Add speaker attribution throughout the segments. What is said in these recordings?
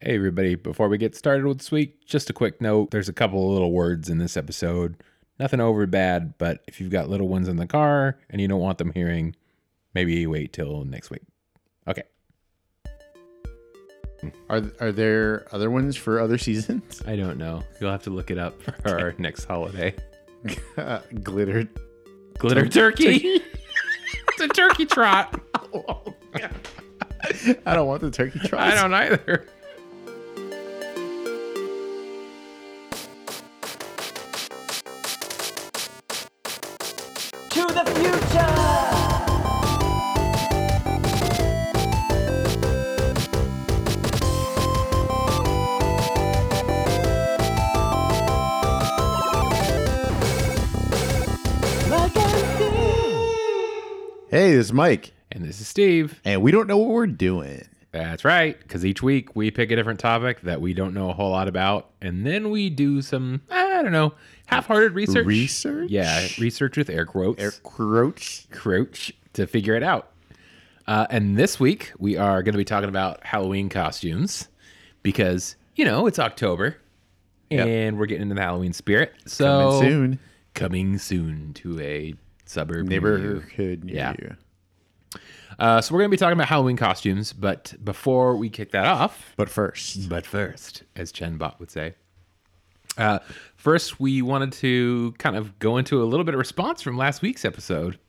Speaker 1: Hey, everybody, before we get started with this week, just a quick note there's a couple of little words in this episode. Nothing over bad, but if you've got little ones in the car and you don't want them hearing, maybe wait till next week. Okay.
Speaker 2: Are are there other ones for other seasons?
Speaker 1: I don't know. You'll have to look it up for our next holiday.
Speaker 2: Uh, glitter.
Speaker 1: Glitter turkey. it's a turkey trot.
Speaker 2: I don't want the turkey trot.
Speaker 1: I don't either.
Speaker 3: to the future. Look and see.
Speaker 2: Hey, this is Mike,
Speaker 1: And this is Steve.
Speaker 2: and we don't know what we're doing.
Speaker 1: That's right, because each week we pick a different topic that we don't know a whole lot about, and then we do some, I don't know, half hearted research.
Speaker 2: Research?
Speaker 1: Yeah, research with air quotes.
Speaker 2: Air Crouch.
Speaker 1: Crouch to figure it out. Uh, and this week we are going to be talking about Halloween costumes because you know it's October,
Speaker 2: Yep.
Speaker 1: and we're getting into the Halloween spirit. So
Speaker 2: Coming soon.
Speaker 1: coming soon to a suburb near you.
Speaker 2: Neighborhood near
Speaker 1: Yeah.
Speaker 2: you.
Speaker 1: Uh, so we're going to be talking about Halloween costumes, but before we kick that off,
Speaker 2: But first,
Speaker 1: But first, as Chen Bot would say. Uh, first, we wanted to kind of go into a little bit of response from last week's episode.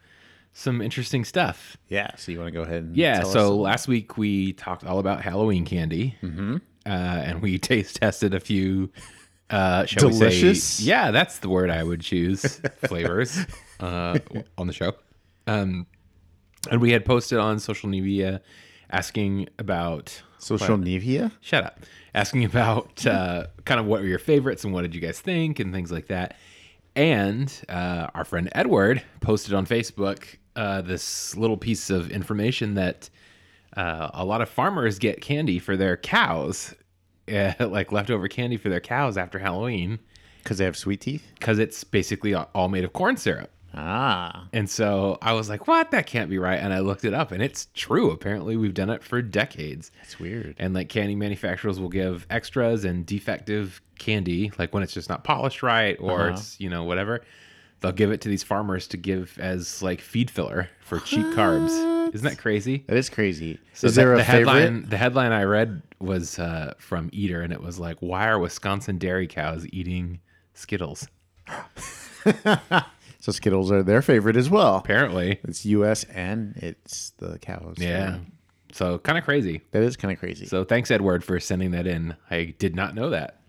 Speaker 1: Some interesting stuff.
Speaker 2: yeah. So you want to go ahead and
Speaker 1: Yeah.
Speaker 2: tell
Speaker 1: so
Speaker 2: us-
Speaker 1: last week we talked all about Halloween candy, mm-hmm. uh, and we taste tested a few. Uh, shall we say-
Speaker 2: Delicious?
Speaker 1: yeah, that's the word I would choose. Flavors uh, on the show, um, and we had posted on social media asking about
Speaker 2: social Nevia.
Speaker 1: shut up asking about uh, kind of what were your favorites and what did you guys think and things like that and uh, our friend edward posted on facebook uh, this little piece of information that uh, a lot of farmers get candy for their cows uh, like leftover candy for their cows after halloween
Speaker 2: because they have sweet teeth.
Speaker 1: because it's basically all made of corn syrup
Speaker 2: Ah,
Speaker 1: and so i was like what that can't be right and i looked it up and it's true apparently we've done it for decades
Speaker 2: that's weird.
Speaker 1: and like candy manufacturers will give extras and defective candy like when it's just not polished right or
Speaker 2: Uh-huh.
Speaker 1: it's you know whatever they'll give it to these farmers to give as like feed filler for cheap carbs isn't that crazy
Speaker 2: That is crazy.
Speaker 1: so
Speaker 2: is there
Speaker 1: the,
Speaker 2: a
Speaker 1: the
Speaker 2: favorite?
Speaker 1: headline the headline i read was uh, from eater and it was like why are wisconsin dairy cows eating skittles
Speaker 2: So Skittles are their favorite as well.
Speaker 1: apparently
Speaker 2: It's U.S. and it's the cows.
Speaker 1: yeah so kind of crazy
Speaker 2: that is kind of crazy.
Speaker 1: so thanks edward for sending that in i did not know that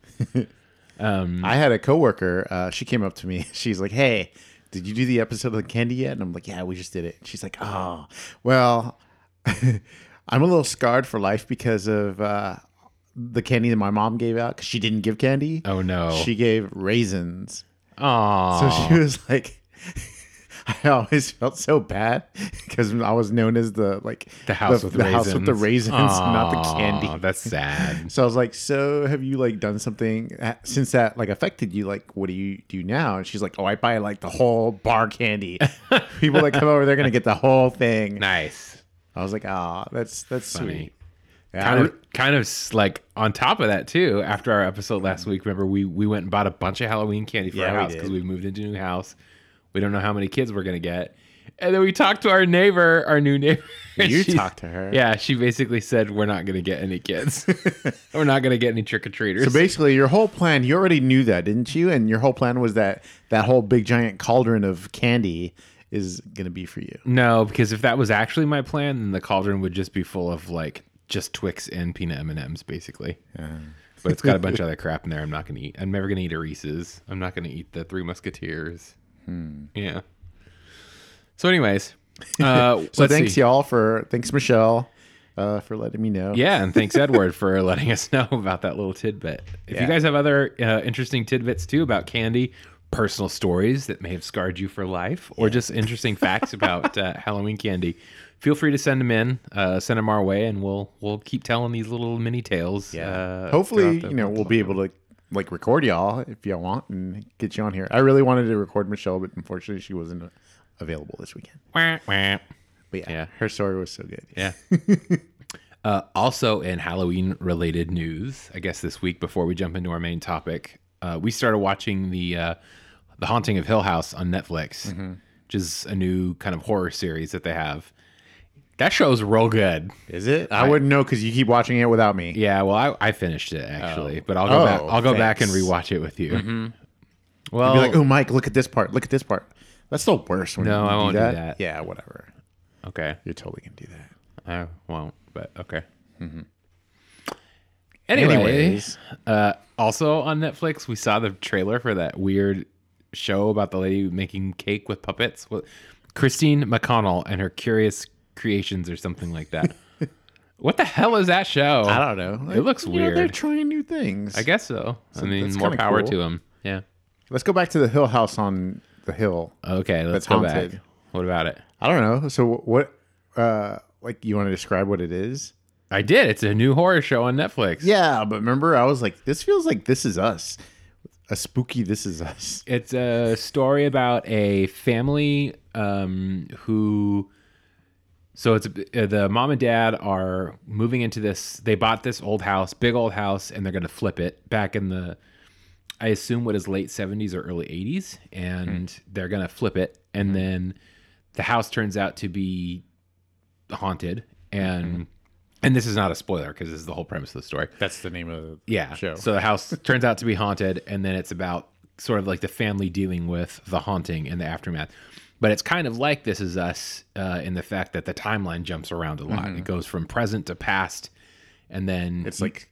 Speaker 2: I had a coworker. Uh, she came up to me. She's like, "Hey, did you do the episode of the candy yet?" And I'm like, "Yeah, we just did it." She's like, "Oh, well, I'm a little scarred for life because of uh, the candy that my mom gave out because she didn't give candy.
Speaker 1: oh no
Speaker 2: She gave raisins.
Speaker 1: Aw.
Speaker 2: So she was like." I always felt so bad because I was known as the like
Speaker 1: The house with raisins.
Speaker 2: house with the raisins, not the
Speaker 1: Aw,
Speaker 2: candy.
Speaker 1: That's sad.
Speaker 2: So I was like, "So have you like done something a- since that like affected you? Like, what do you do now?" And she's like, "Oh, I buy like the whole bar candy. People that come over, they're gonna get the whole thing."
Speaker 1: nice.
Speaker 2: I was like, "Ah, that's that's
Speaker 1: Funny.
Speaker 2: sweet." Yeah, I
Speaker 1: Kind
Speaker 2: re-
Speaker 1: of, kind of s- like on top of that too. After our episode last week, remember we we went and bought a bunch of Halloween candy for
Speaker 2: Yeah,
Speaker 1: our
Speaker 2: we
Speaker 1: house because
Speaker 2: did.
Speaker 1: we moved into a new house. We don't know how many kids we're gonna get, and then we talked to our neighbor, our new neighbor. and
Speaker 2: You
Speaker 1: she-
Speaker 2: talked to her.
Speaker 1: Yeah, she basically said we're not gonna get any kids. we're not gonna get any trick or treaters.
Speaker 2: So basically, your whole plan, you already knew that, didn't you? And your whole plan was that that whole big giant cauldron of candy is gonna be for you.
Speaker 1: no, because if that was actually my plan, then the cauldron would just be full of like just Twix and peanut M and M's, basically. but it's got a bunch of other crap in there. I'm not gonna eat. I'm never gonna eat a Reese's. I'm not gonna eat the Three Musketeers. Yeah. So, anyways, uh,
Speaker 2: So
Speaker 1: let's
Speaker 2: thanks
Speaker 1: see.
Speaker 2: y'all for thanks Michelle uh, for letting me know.
Speaker 1: Yeah, and thanks Edward for letting us know about that little tidbit. If you
Speaker 2: Yeah.
Speaker 1: guys have other uh, interesting tidbits too about candy, personal stories that may have scarred you for life, or just interesting facts about uh, Halloween candy, feel free to send them in. Uh, send them our way, and we'll we'll keep telling these little mini tales. uh,
Speaker 2: Hopefully,
Speaker 1: throughout the
Speaker 2: you know, we'll be able to like record y'all if y'all want and get you on here. I really wanted to record Michelle, but unfortunately, she wasn't available this weekend.
Speaker 1: Wah, wah.
Speaker 2: But yeah,
Speaker 1: Yeah.
Speaker 2: her story was so good.
Speaker 1: Yeah. Uh, also, in Halloween related news, I guess this week before we jump into our main topic, uh, we started watching the uh, the Haunting of Hill House on Netflix, which is a new kind of horror series that they have. That show's real good.
Speaker 2: Is it? I, wouldn't know because you keep watching it without me.
Speaker 1: Yeah, well, I, I finished it actually, but I'll go
Speaker 2: Oh,
Speaker 1: back. I'll go back and
Speaker 2: thanks.
Speaker 1: rewatch it with you. Mm-hmm. Well,
Speaker 2: You'd be like, oh, Mike, look at this part. Look at this part. That's the worst. When
Speaker 1: No,
Speaker 2: you
Speaker 1: I won't do that.
Speaker 2: Yeah, whatever.
Speaker 1: okay,
Speaker 2: You're totally gonna do that.
Speaker 1: I won't. But okay. Mm-hmm. Anyway,
Speaker 2: Anyways.
Speaker 1: uh, also on Netflix, we saw the trailer for that weird show about the lady making cake with puppets. What, Christine McConnell and her curious creations, or something like that. what the hell is that show?
Speaker 2: I don't know.
Speaker 1: It looks
Speaker 2: You know, they're
Speaker 1: weird.
Speaker 2: trying new things.
Speaker 1: I guess so. I mean,
Speaker 2: that's
Speaker 1: more
Speaker 2: kinda
Speaker 1: power
Speaker 2: cool.
Speaker 1: to him. Yeah.
Speaker 2: Let's go back to the Hill House on the hill.
Speaker 1: Okay, let's
Speaker 2: That's
Speaker 1: go
Speaker 2: haunted.
Speaker 1: back. What about it?
Speaker 2: I don't know. So what? Uh, like, you want to describe what it is?
Speaker 1: I did. It's a new horror show on Netflix.
Speaker 2: Yeah, but remember, I was like, this feels like this is us. A spooky this is us.
Speaker 1: It's a story about a family um, who. So it's uh, the mom and dad are moving into this. They bought this old house, big old house, and they're going to flip it back in the, I assume what is late seventies or early eighties, and they're going to flip it, and then the house turns out to be haunted, and and this is not a spoiler because this is the whole premise of the story.
Speaker 2: That's the name of the
Speaker 1: Yeah. So the house turns out to be haunted, and then it's about sort of like the family dealing with the haunting and the aftermath. But it's kind of like This Is Us uh, in the fact that the timeline jumps around a lot. It goes from present to past, and then
Speaker 2: Mm-hmm. it's like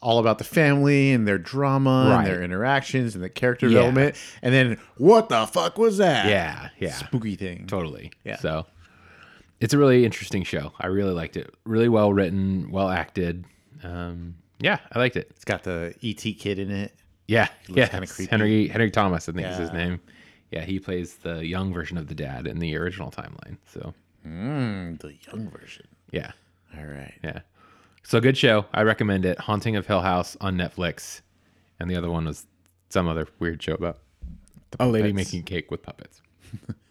Speaker 2: all about the family and their drama
Speaker 1: Right.
Speaker 2: and their interactions and the character
Speaker 1: Yeah.
Speaker 2: development. And then what the fuck was that?
Speaker 1: yeah, yeah,
Speaker 2: Spooky thing.
Speaker 1: totally.
Speaker 2: Yeah.
Speaker 1: So it's a really interesting show. I really liked it. Really well written, well acted. Um, yeah, I liked it.
Speaker 2: It's got the ET kid in it.
Speaker 1: Yeah, yeah.
Speaker 2: kinda
Speaker 1: it's
Speaker 2: creepy.
Speaker 1: Henry Henry Thomas, I think is his
Speaker 2: Yeah.
Speaker 1: name. Yeah, he plays the young version of the dad in the original timeline. So
Speaker 2: Mm, the young version.
Speaker 1: yeah,
Speaker 2: All right.
Speaker 1: yeah. So good show. I recommend it. Haunting of Hill House on Netflix, and the other one was some other weird show about a Oh, lady
Speaker 2: puppets.
Speaker 1: making cake with puppets.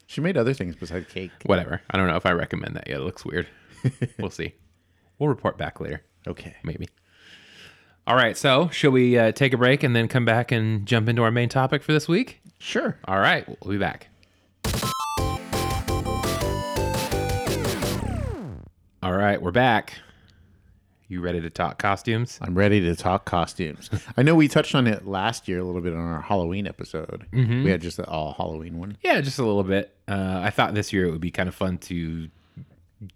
Speaker 2: She made other things besides cake.
Speaker 1: Whatever. I don't know if I recommend that yet. It looks weird. we'll see. We'll report back later,
Speaker 2: Okay.
Speaker 1: maybe. All right. So shall we uh, take a break and then come back and jump into our main topic for this week?
Speaker 2: Sure.
Speaker 1: All right. We'll be back. All right. We're back. You ready to talk costumes?
Speaker 2: I'm ready to talk costumes. I know we touched on it last year a little bit on our Halloween episode.
Speaker 1: Mm-hmm.
Speaker 2: We had just the all Halloween one.
Speaker 1: Yeah, just a little bit. Uh, I thought this year it would be kind of fun to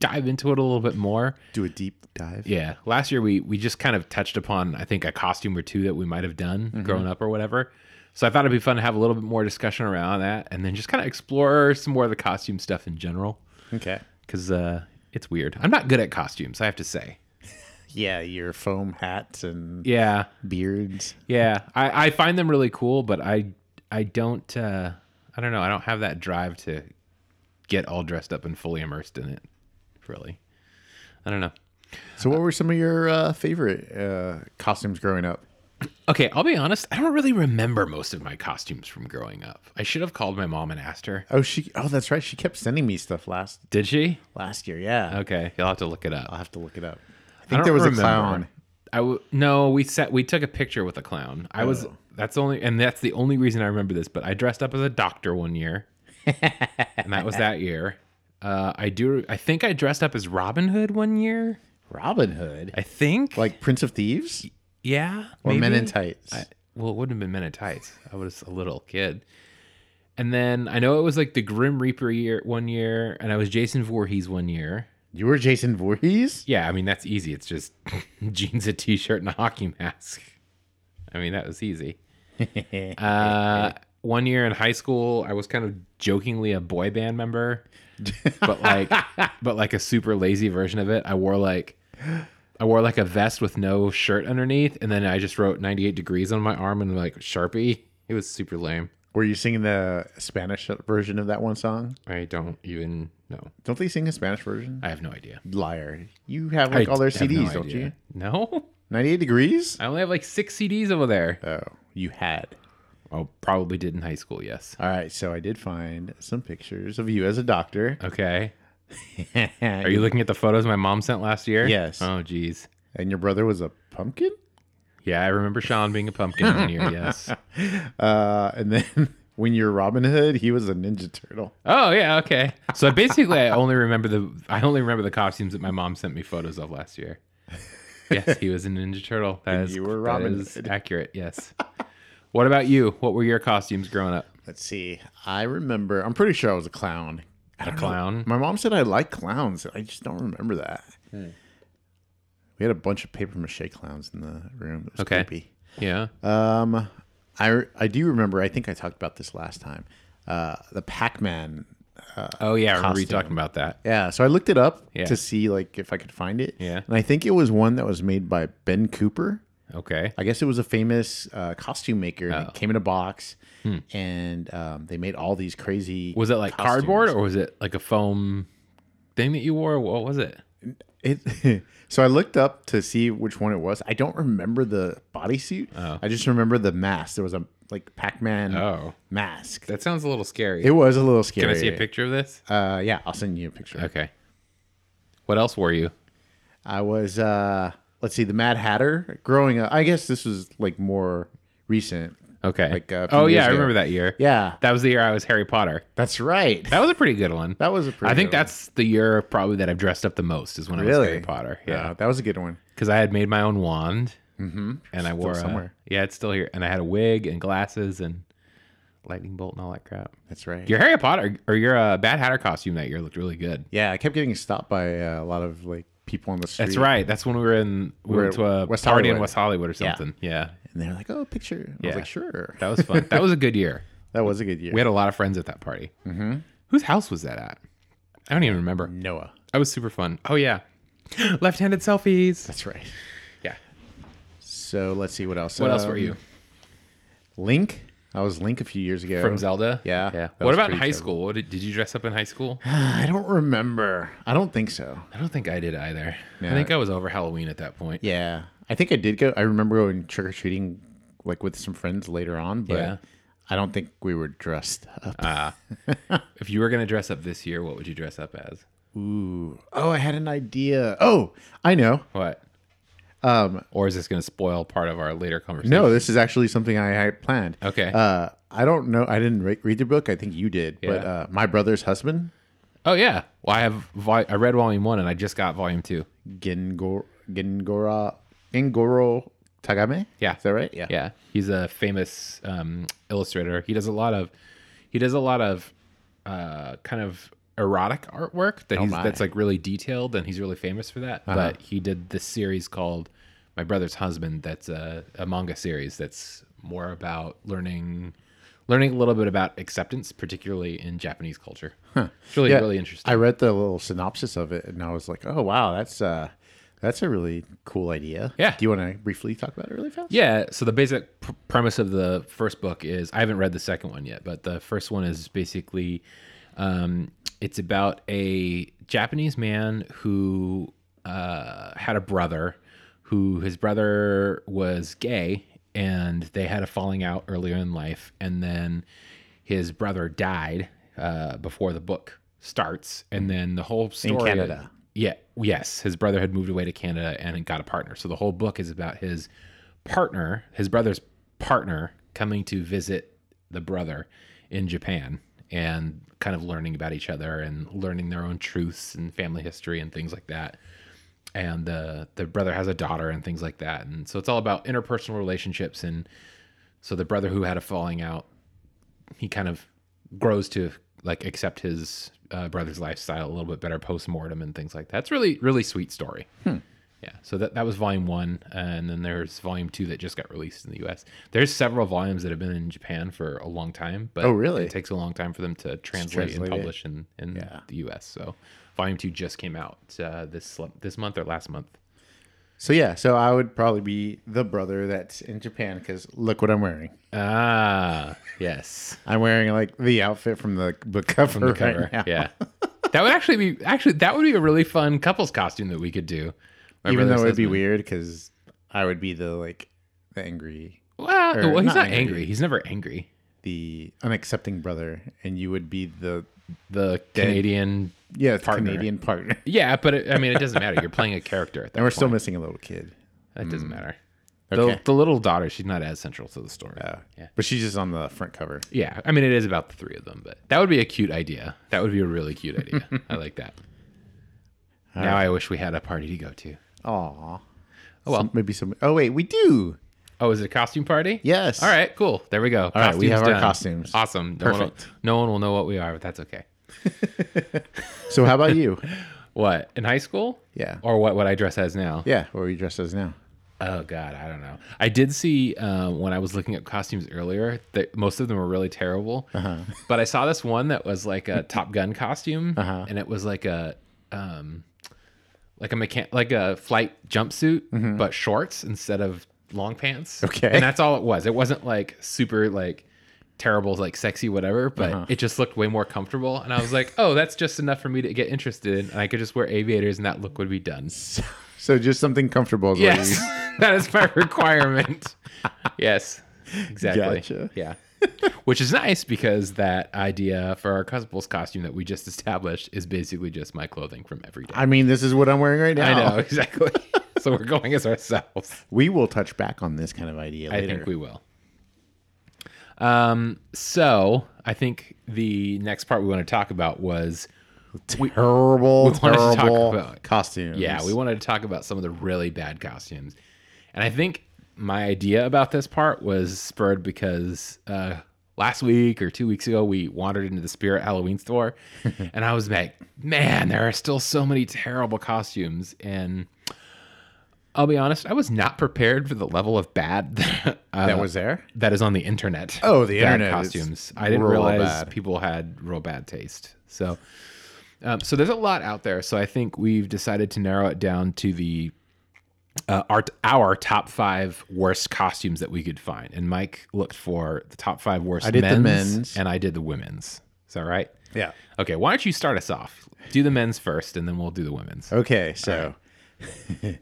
Speaker 1: dive into it a little bit more.
Speaker 2: Do a deep dive.
Speaker 1: Yeah. Last year we we just kind of touched upon I think a costume or two that we might have done growing up or whatever. So I thought it'd be fun to have a little bit more discussion around that and then just kind of explore some more of the costume stuff in general
Speaker 2: Okay.
Speaker 1: cuz uh it's weird. I'm not good at costumes, I have to say.
Speaker 2: Yeah, your foam hats and
Speaker 1: Yeah.
Speaker 2: beards.
Speaker 1: Yeah. I I find them really cool, but I I don't uh I don't know, I don't have that drive to get all dressed up and fully immersed in it. Really. I don't know.
Speaker 2: So, what were some of your uh, favorite uh, costumes growing up?
Speaker 1: Okay, I'll be honest. I don't really remember most of my costumes from growing up. I should have called my mom and asked her.
Speaker 2: Oh, she. Oh, that's right. She kept sending me stuff last
Speaker 1: Did she?
Speaker 2: last year. Yeah,
Speaker 1: Okay, you'll have to look it up.
Speaker 2: I'll have to look it up. I
Speaker 1: Uh, I
Speaker 2: think
Speaker 1: don't
Speaker 2: there was
Speaker 1: remember.
Speaker 2: a clown.
Speaker 1: I w- no, we set we took a picture with a clown. I was that's only and that's the only reason I remember this. But I dressed up as a doctor one year, and that was that year. Uh, I do. I think I dressed up as Robin Hood one year.
Speaker 2: Robin Hood,
Speaker 1: I think.
Speaker 2: like Prince of Thieves
Speaker 1: yeah,
Speaker 2: or Men in
Speaker 1: maybe?
Speaker 2: Tights.
Speaker 1: I- well, it wouldn't have been Men in Tights. I was a little kid. And then I know it was like the Grim Reaper year one year, and I was Jason Voorhees one year.
Speaker 2: you were Jason Voorhees.
Speaker 1: Yeah, I mean that's easy. It's just jeans, a t-shirt, and a hockey mask. I mean that was easy. uh, one year in high school, I was kind of jokingly a boy band member, but like, but like a super lazy version of it. I wore like, I wore like a vest with no shirt underneath, and then I just wrote 98 degrees on my arm and like Sharpie. It was super lame.
Speaker 2: Were you singing the Spanish version of that one song?
Speaker 1: I don't even know.
Speaker 2: Don't they sing a Spanish version?
Speaker 1: I have no idea.
Speaker 2: Liar! You have like all their
Speaker 1: I have no
Speaker 2: CDs, don't
Speaker 1: idea.
Speaker 2: you?
Speaker 1: No,
Speaker 2: Ninety-eight degrees.
Speaker 1: I only have like six CDs over there.
Speaker 2: Oh, you had.
Speaker 1: Oh, probably did in high school. Yes.
Speaker 2: All right, so I did find some pictures of you as a doctor.
Speaker 1: Okay. Are you looking at the photos my mom sent last year?
Speaker 2: Yes.
Speaker 1: Oh, geez.
Speaker 2: And your brother was a pumpkin?
Speaker 1: Yeah, I remember Sean being a pumpkin one year. Yes.
Speaker 2: Uh, and then when you're Robin Hood, he was a Ninja Turtle.
Speaker 1: Oh yeah. Okay. So basically, I only remember the I only remember the costumes that my mom sent me photos of last year. Yes, he was a Ninja Turtle. That is
Speaker 2: you were Robin
Speaker 1: that is
Speaker 2: Hood.
Speaker 1: accurate. Yes. What about you? What were your costumes growing up?
Speaker 2: Let's see. I remember. I'm pretty sure I was a clown. I don't know.
Speaker 1: clown?
Speaker 2: My mom said I like clowns. I just don't remember that. We had a bunch of paper mache clowns in the room. It was
Speaker 1: Okay.
Speaker 2: creepy.
Speaker 1: Yeah.
Speaker 2: Um, I I do remember. I think I talked about this last time. Uh, the Pac-Man.
Speaker 1: oh yeah. I remember you
Speaker 2: costume.
Speaker 1: talking about that.
Speaker 2: Yeah. So I looked it up
Speaker 1: Yeah.
Speaker 2: to see like if I could find it.
Speaker 1: Yeah.
Speaker 2: And I think it was one that was made by Ben Cooper.
Speaker 1: Okay.
Speaker 2: I guess it was a famous uh, costume maker.
Speaker 1: Oh.
Speaker 2: that came in a box, and um, they made all these crazy.
Speaker 1: Hmm. Was it like
Speaker 2: costumes.
Speaker 1: cardboard or was it like a foam thing that you wore? What was it?
Speaker 2: It, so I looked up to see which one it was. I don't remember the bodysuit. I just remember the mask. There was a like Pac-Man
Speaker 1: Oh.
Speaker 2: mask.
Speaker 1: That sounds a little scary.
Speaker 2: It was a little scary.
Speaker 1: Can I see a picture of this?
Speaker 2: Uh, yeah, I'll send you a picture.
Speaker 1: Okay. What else were you?
Speaker 2: I was uh, let's see, the Mad Hatter. Growing up, I guess this was like more recent.
Speaker 1: Okay.
Speaker 2: Like, uh, a few
Speaker 1: oh yeah,
Speaker 2: years
Speaker 1: I
Speaker 2: ago.
Speaker 1: remember that year.
Speaker 2: Yeah,
Speaker 1: That was the year I was Harry Potter.
Speaker 2: that's right.
Speaker 1: That was a pretty good one.
Speaker 2: That was a pretty.
Speaker 1: I think
Speaker 2: good one.
Speaker 1: that's the year probably that I've dressed up the most is when I was
Speaker 2: really Uh,
Speaker 1: Harry Potter. Yeah,
Speaker 2: that was a good one.
Speaker 1: because I had made my own wand, and I wore a-
Speaker 2: Mm-hmm. somewhere.
Speaker 1: yeah, it's still here, and I had a wig and glasses and lightning bolt and all that crap.
Speaker 2: That's right.
Speaker 1: Your Harry Potter or your uh, Bad Hatter costume that year looked really good.
Speaker 2: yeah, I kept getting stopped by uh, a lot of like people on the street.
Speaker 1: That's right. That's when we were in we
Speaker 2: We're
Speaker 1: went to a
Speaker 2: at West
Speaker 1: party in
Speaker 2: Hollywood.
Speaker 1: West Hollywood or
Speaker 2: Yeah.
Speaker 1: something. Yeah,
Speaker 2: And they're like, "Oh, picture." And
Speaker 1: Yeah.
Speaker 2: I was like, "Sure."
Speaker 1: that was fun. that was a good year.
Speaker 2: That was a good year.
Speaker 1: We had a lot of friends at that party. Mm-hmm. Whose house was that at? I don't even remember.
Speaker 2: Noah.
Speaker 1: That was super fun. Oh yeah, left-handed selfies.
Speaker 2: That's right.
Speaker 1: Yeah.
Speaker 2: So let's see what else.
Speaker 1: What else were
Speaker 2: Um,
Speaker 1: you?
Speaker 2: Link. I was Link a few years ago.
Speaker 1: from Zelda.
Speaker 2: Yeah,
Speaker 1: yeah.
Speaker 2: that
Speaker 1: What
Speaker 2: was
Speaker 1: about in
Speaker 2: pretty
Speaker 1: high
Speaker 2: terrible.
Speaker 1: school? What did, did you dress up in high school?
Speaker 2: I don't remember. I don't think so.
Speaker 1: I don't think I did either. I
Speaker 2: Yeah.
Speaker 1: think I was over Halloween at that point.
Speaker 2: Yeah, I think I did go. I remember going trick or treating, like with some friends later on. But
Speaker 1: Yeah.
Speaker 2: I don't think we were dressed up.
Speaker 1: If you were gonna dress up this year, what would you dress up as?
Speaker 2: Ooh. Oh, I had an idea. Oh, I know.
Speaker 1: What? Um, or is this gonna spoil part of our later conversation?
Speaker 2: No, this is actually something I had planned.
Speaker 1: Okay.
Speaker 2: Uh, I don't know. I didn't re- read the book. I think you did.
Speaker 1: Yeah.
Speaker 2: But uh, my brother's husband,
Speaker 1: Oh yeah. Well, I have vol- I read volume one and I just got volume two.
Speaker 2: Gengor Gengora Gengoro Tagame.
Speaker 1: Yeah.
Speaker 2: Is that right?
Speaker 1: Yeah. He's a famous um, illustrator. He does a lot of he does a lot of uh, kind of erotic artwork that he's
Speaker 2: Oh, my. Uh-huh.
Speaker 1: that's like really detailed and he's really famous for that. But he did this series called My Brother's Husband that's a, a manga series that's more about learning learning a little bit about acceptance, particularly in Japanese culture. It's really,
Speaker 2: Yeah.
Speaker 1: really interesting.
Speaker 2: I read the little synopsis of it and I was like, oh wow, that's uh that's a really cool idea.
Speaker 1: Yeah.
Speaker 2: Do you want to briefly talk about it really fast?
Speaker 1: Yeah. So the basic pr- premise of the first book is I haven't read the second one yet, but the first one is basically um, it's about a Japanese man who uh, had a brother who his brother was gay and they had a falling out earlier in life. And then his brother died uh, before the book starts. And then the whole story
Speaker 2: Canada.
Speaker 1: yeah. Yes. His brother had moved away to Canada and got a partner. So the whole book is about his partner, his brother's partner, coming to visit the brother in Japan and kind of learning about each other and learning their own truths and family history and things like that. And the the brother has a daughter and things like that. And so it's all about interpersonal relationships and so the brother who had a falling out he kind of grows to like accept his uh, brother's lifestyle a little bit better post mortem and things like that. It's really really sweet story.
Speaker 2: Hmm.
Speaker 1: Yeah. So that that was volume one, and then there's volume two that just got released in the U.S. There's several volumes that have been in Japan for a long time, but
Speaker 2: Oh, really?
Speaker 1: It takes a long time for them to translate,
Speaker 2: translate it.
Speaker 1: and publish in, in
Speaker 2: Yeah.
Speaker 1: the U.S. So volume two just came out uh, this this month or last month.
Speaker 2: So yeah, so I would probably be the brother that's in Japan because look what I'm wearing.
Speaker 1: Ah, yes.
Speaker 2: I'm wearing like the outfit from the book cover. From
Speaker 1: the cover. yeah. That would actually be actually that would be a really fun couples costume that we could do. My
Speaker 2: Even though
Speaker 1: brother's
Speaker 2: it'd be
Speaker 1: husband.
Speaker 2: weird because I would be the like the angry,
Speaker 1: Well,
Speaker 2: or
Speaker 1: well he's
Speaker 2: not
Speaker 1: not angry.
Speaker 2: angry.
Speaker 1: He's never angry.
Speaker 2: the unaccepting brother, and you would be the
Speaker 1: the Canadian.
Speaker 2: Yeah, it's
Speaker 1: Partner.
Speaker 2: Canadian partner.
Speaker 1: Yeah, but it, I mean, it doesn't matter. You're playing a character at that
Speaker 2: And we're still
Speaker 1: point.
Speaker 2: missing a little kid.
Speaker 1: That doesn't matter.
Speaker 2: Okay.
Speaker 1: The, the little daughter, she's not as central to the story.
Speaker 2: Uh,
Speaker 1: yeah.
Speaker 2: But she's just on the front cover.
Speaker 1: Yeah, I mean, it is about the three of them, but that would be a cute idea. That would be a really cute idea. I like that. now I wish we had a party to go to.
Speaker 2: Aw.
Speaker 1: Oh, well.
Speaker 2: Some- maybe some. Oh wait, we do.
Speaker 1: Oh, is it a costume party?
Speaker 2: Yes.
Speaker 1: All right, cool. There we go. All
Speaker 2: right, we have our costumes.
Speaker 1: Awesome. No one, will,
Speaker 2: Perfect.
Speaker 1: no one will know what we are, but that's okay.
Speaker 2: So how about you?
Speaker 1: What in high school?
Speaker 2: Yeah.
Speaker 1: Or what? What I dress as now?
Speaker 2: yeah. What were you dressed as now?
Speaker 1: Oh God, I don't know. I did see um, when I was looking up costumes earlier that most of them were really terrible. But I saw this one that was like a Top Gun costume, and it was like a um, like a mechan- like a flight jumpsuit, but shorts instead of long pants.
Speaker 2: Okay.
Speaker 1: and that's all it was. It wasn't like super like terrible, like sexy, whatever. But it just looked way more comfortable, and I was like, oh, that's just enough for me to get interested, in, and I could just wear aviators, and that look would be done.
Speaker 2: So just something comfortable. Is what
Speaker 1: Yes,
Speaker 2: you-
Speaker 1: that is my requirement. yes, exactly.
Speaker 2: Gotcha.
Speaker 1: Yeah, which is nice because that idea for our couple's costume that we just established is basically just my clothing from every day.
Speaker 2: I mean, this is what I'm wearing right now.
Speaker 1: I know exactly. so we're going as ourselves.
Speaker 2: We will touch back on this kind of idea
Speaker 1: I
Speaker 2: later.
Speaker 1: think we will. Um. So I think the next part we want to talk about was
Speaker 2: terrible,
Speaker 1: we wanted to talk
Speaker 2: terrible
Speaker 1: about-
Speaker 2: costumes.
Speaker 1: Yeah, we wanted to talk about some of the really bad costumes. And I think my idea about this part was spurred because uh, last week or two weeks ago, we wandered into the Spirit Halloween store. and I was like, man, there are still so many terrible costumes. And I'll be honest, I was not prepared for the level of bad that, uh,
Speaker 2: that was there.
Speaker 1: that is on the internet.
Speaker 2: Oh, the
Speaker 1: Bad
Speaker 2: internet is
Speaker 1: costumes. I didn't
Speaker 2: real
Speaker 1: realize
Speaker 2: bad.
Speaker 1: people had real bad taste. So, um, so there's a lot out there. So I think we've decided to narrow it down to the uh, our our top five worst costumes that we could find. And Mike looked for the top five worst.
Speaker 2: I did the
Speaker 1: men's,
Speaker 2: men's.
Speaker 1: and I did the women's. Is that right?
Speaker 2: Yeah.
Speaker 1: Okay. Why don't you start us off? Do the men's first, and then we'll do the women's.
Speaker 2: Okay, so um,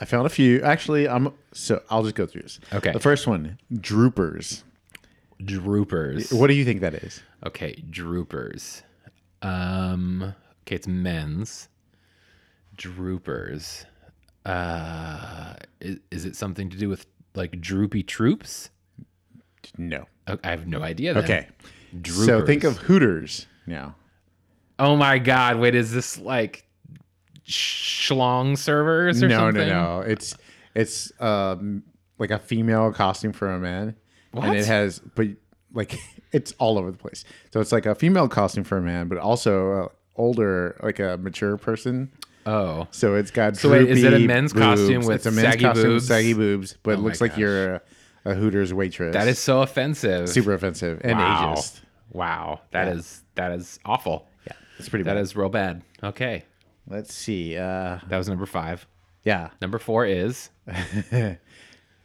Speaker 2: I found a few. Actually, I'm so I'll just go through this.
Speaker 1: Okay.
Speaker 2: The first one, droopers.
Speaker 1: Droopers.
Speaker 2: What do you think that is?
Speaker 1: Okay, droopers. Um, okay, it's men's. Droopers. Uh, is, is it something to do with like droopy troops?
Speaker 2: No.
Speaker 1: Oh, I have no idea. Then.
Speaker 2: Okay.
Speaker 1: droopers.
Speaker 2: So think of Hooters now.
Speaker 1: Oh my God! Wait, is this like schlong servers or
Speaker 2: no,
Speaker 1: something?
Speaker 2: no, no. It's it's um like a female costume for a man, and
Speaker 1: What?
Speaker 2: it has but like it's all over the place. So it's like a female costume for a man, but also a older like a mature person.
Speaker 1: no. Oh,
Speaker 2: So it's got
Speaker 1: So wait, is it a
Speaker 2: droopy
Speaker 1: men's costume
Speaker 2: boobs.
Speaker 1: with
Speaker 2: it's a men's
Speaker 1: saggy
Speaker 2: costume
Speaker 1: boobs? Oh
Speaker 2: with saggy boobs, but it
Speaker 1: my
Speaker 2: looks like
Speaker 1: gosh.
Speaker 2: you're a, a Hooters waitress.
Speaker 1: that is so offensive.
Speaker 2: super offensive and
Speaker 1: wow.
Speaker 2: ageist.
Speaker 1: Wow, that is that is awful. Yeah,
Speaker 2: It's pretty
Speaker 1: that
Speaker 2: bad.
Speaker 1: is real bad. Okay,
Speaker 2: Let's see. Uh,
Speaker 1: that was number five.
Speaker 2: yeah,
Speaker 1: Number four is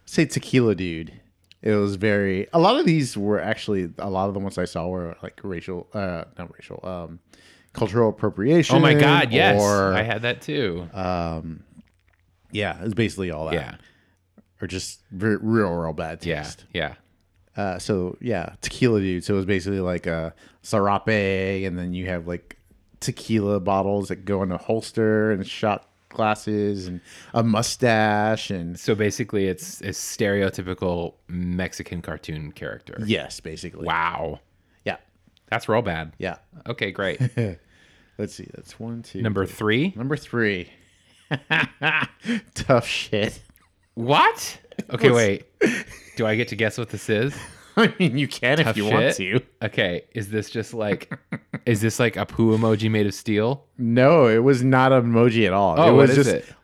Speaker 2: say tequila dude. It was very. A lot of these were actually. A lot of the ones I saw were like racial, uh, not racial, um, cultural appropriation.
Speaker 1: Oh my God! Yes,
Speaker 2: Or, uh,
Speaker 1: I had that too.
Speaker 2: yeah, it's basically all that.
Speaker 1: yeah,
Speaker 2: Or just re- real, real bad
Speaker 1: yeah,
Speaker 2: taste.
Speaker 1: yeah.
Speaker 2: Uh, so yeah, tequila dude. So it was basically like a serape, and then you have like tequila bottles that go in a holster and shot glasses and a mustache and
Speaker 1: So basically, it's a stereotypical Mexican cartoon character.
Speaker 2: yes, basically.
Speaker 1: Wow,
Speaker 2: Yeah.
Speaker 1: that's real bad.
Speaker 2: Yeah.
Speaker 1: Okay, great.
Speaker 2: Let's see. That's one, two.
Speaker 1: Number three.
Speaker 2: Number three. Tough shit.
Speaker 1: What? Okay, wait. Do I get to guess what this is?
Speaker 2: I mean, you can if you want to.
Speaker 1: Shit. Okay, is this just like, is this like a poo emoji made of steel?
Speaker 2: No, it was not an emoji at all.
Speaker 1: Oh,
Speaker 2: it was
Speaker 1: what is
Speaker 2: just
Speaker 1: it?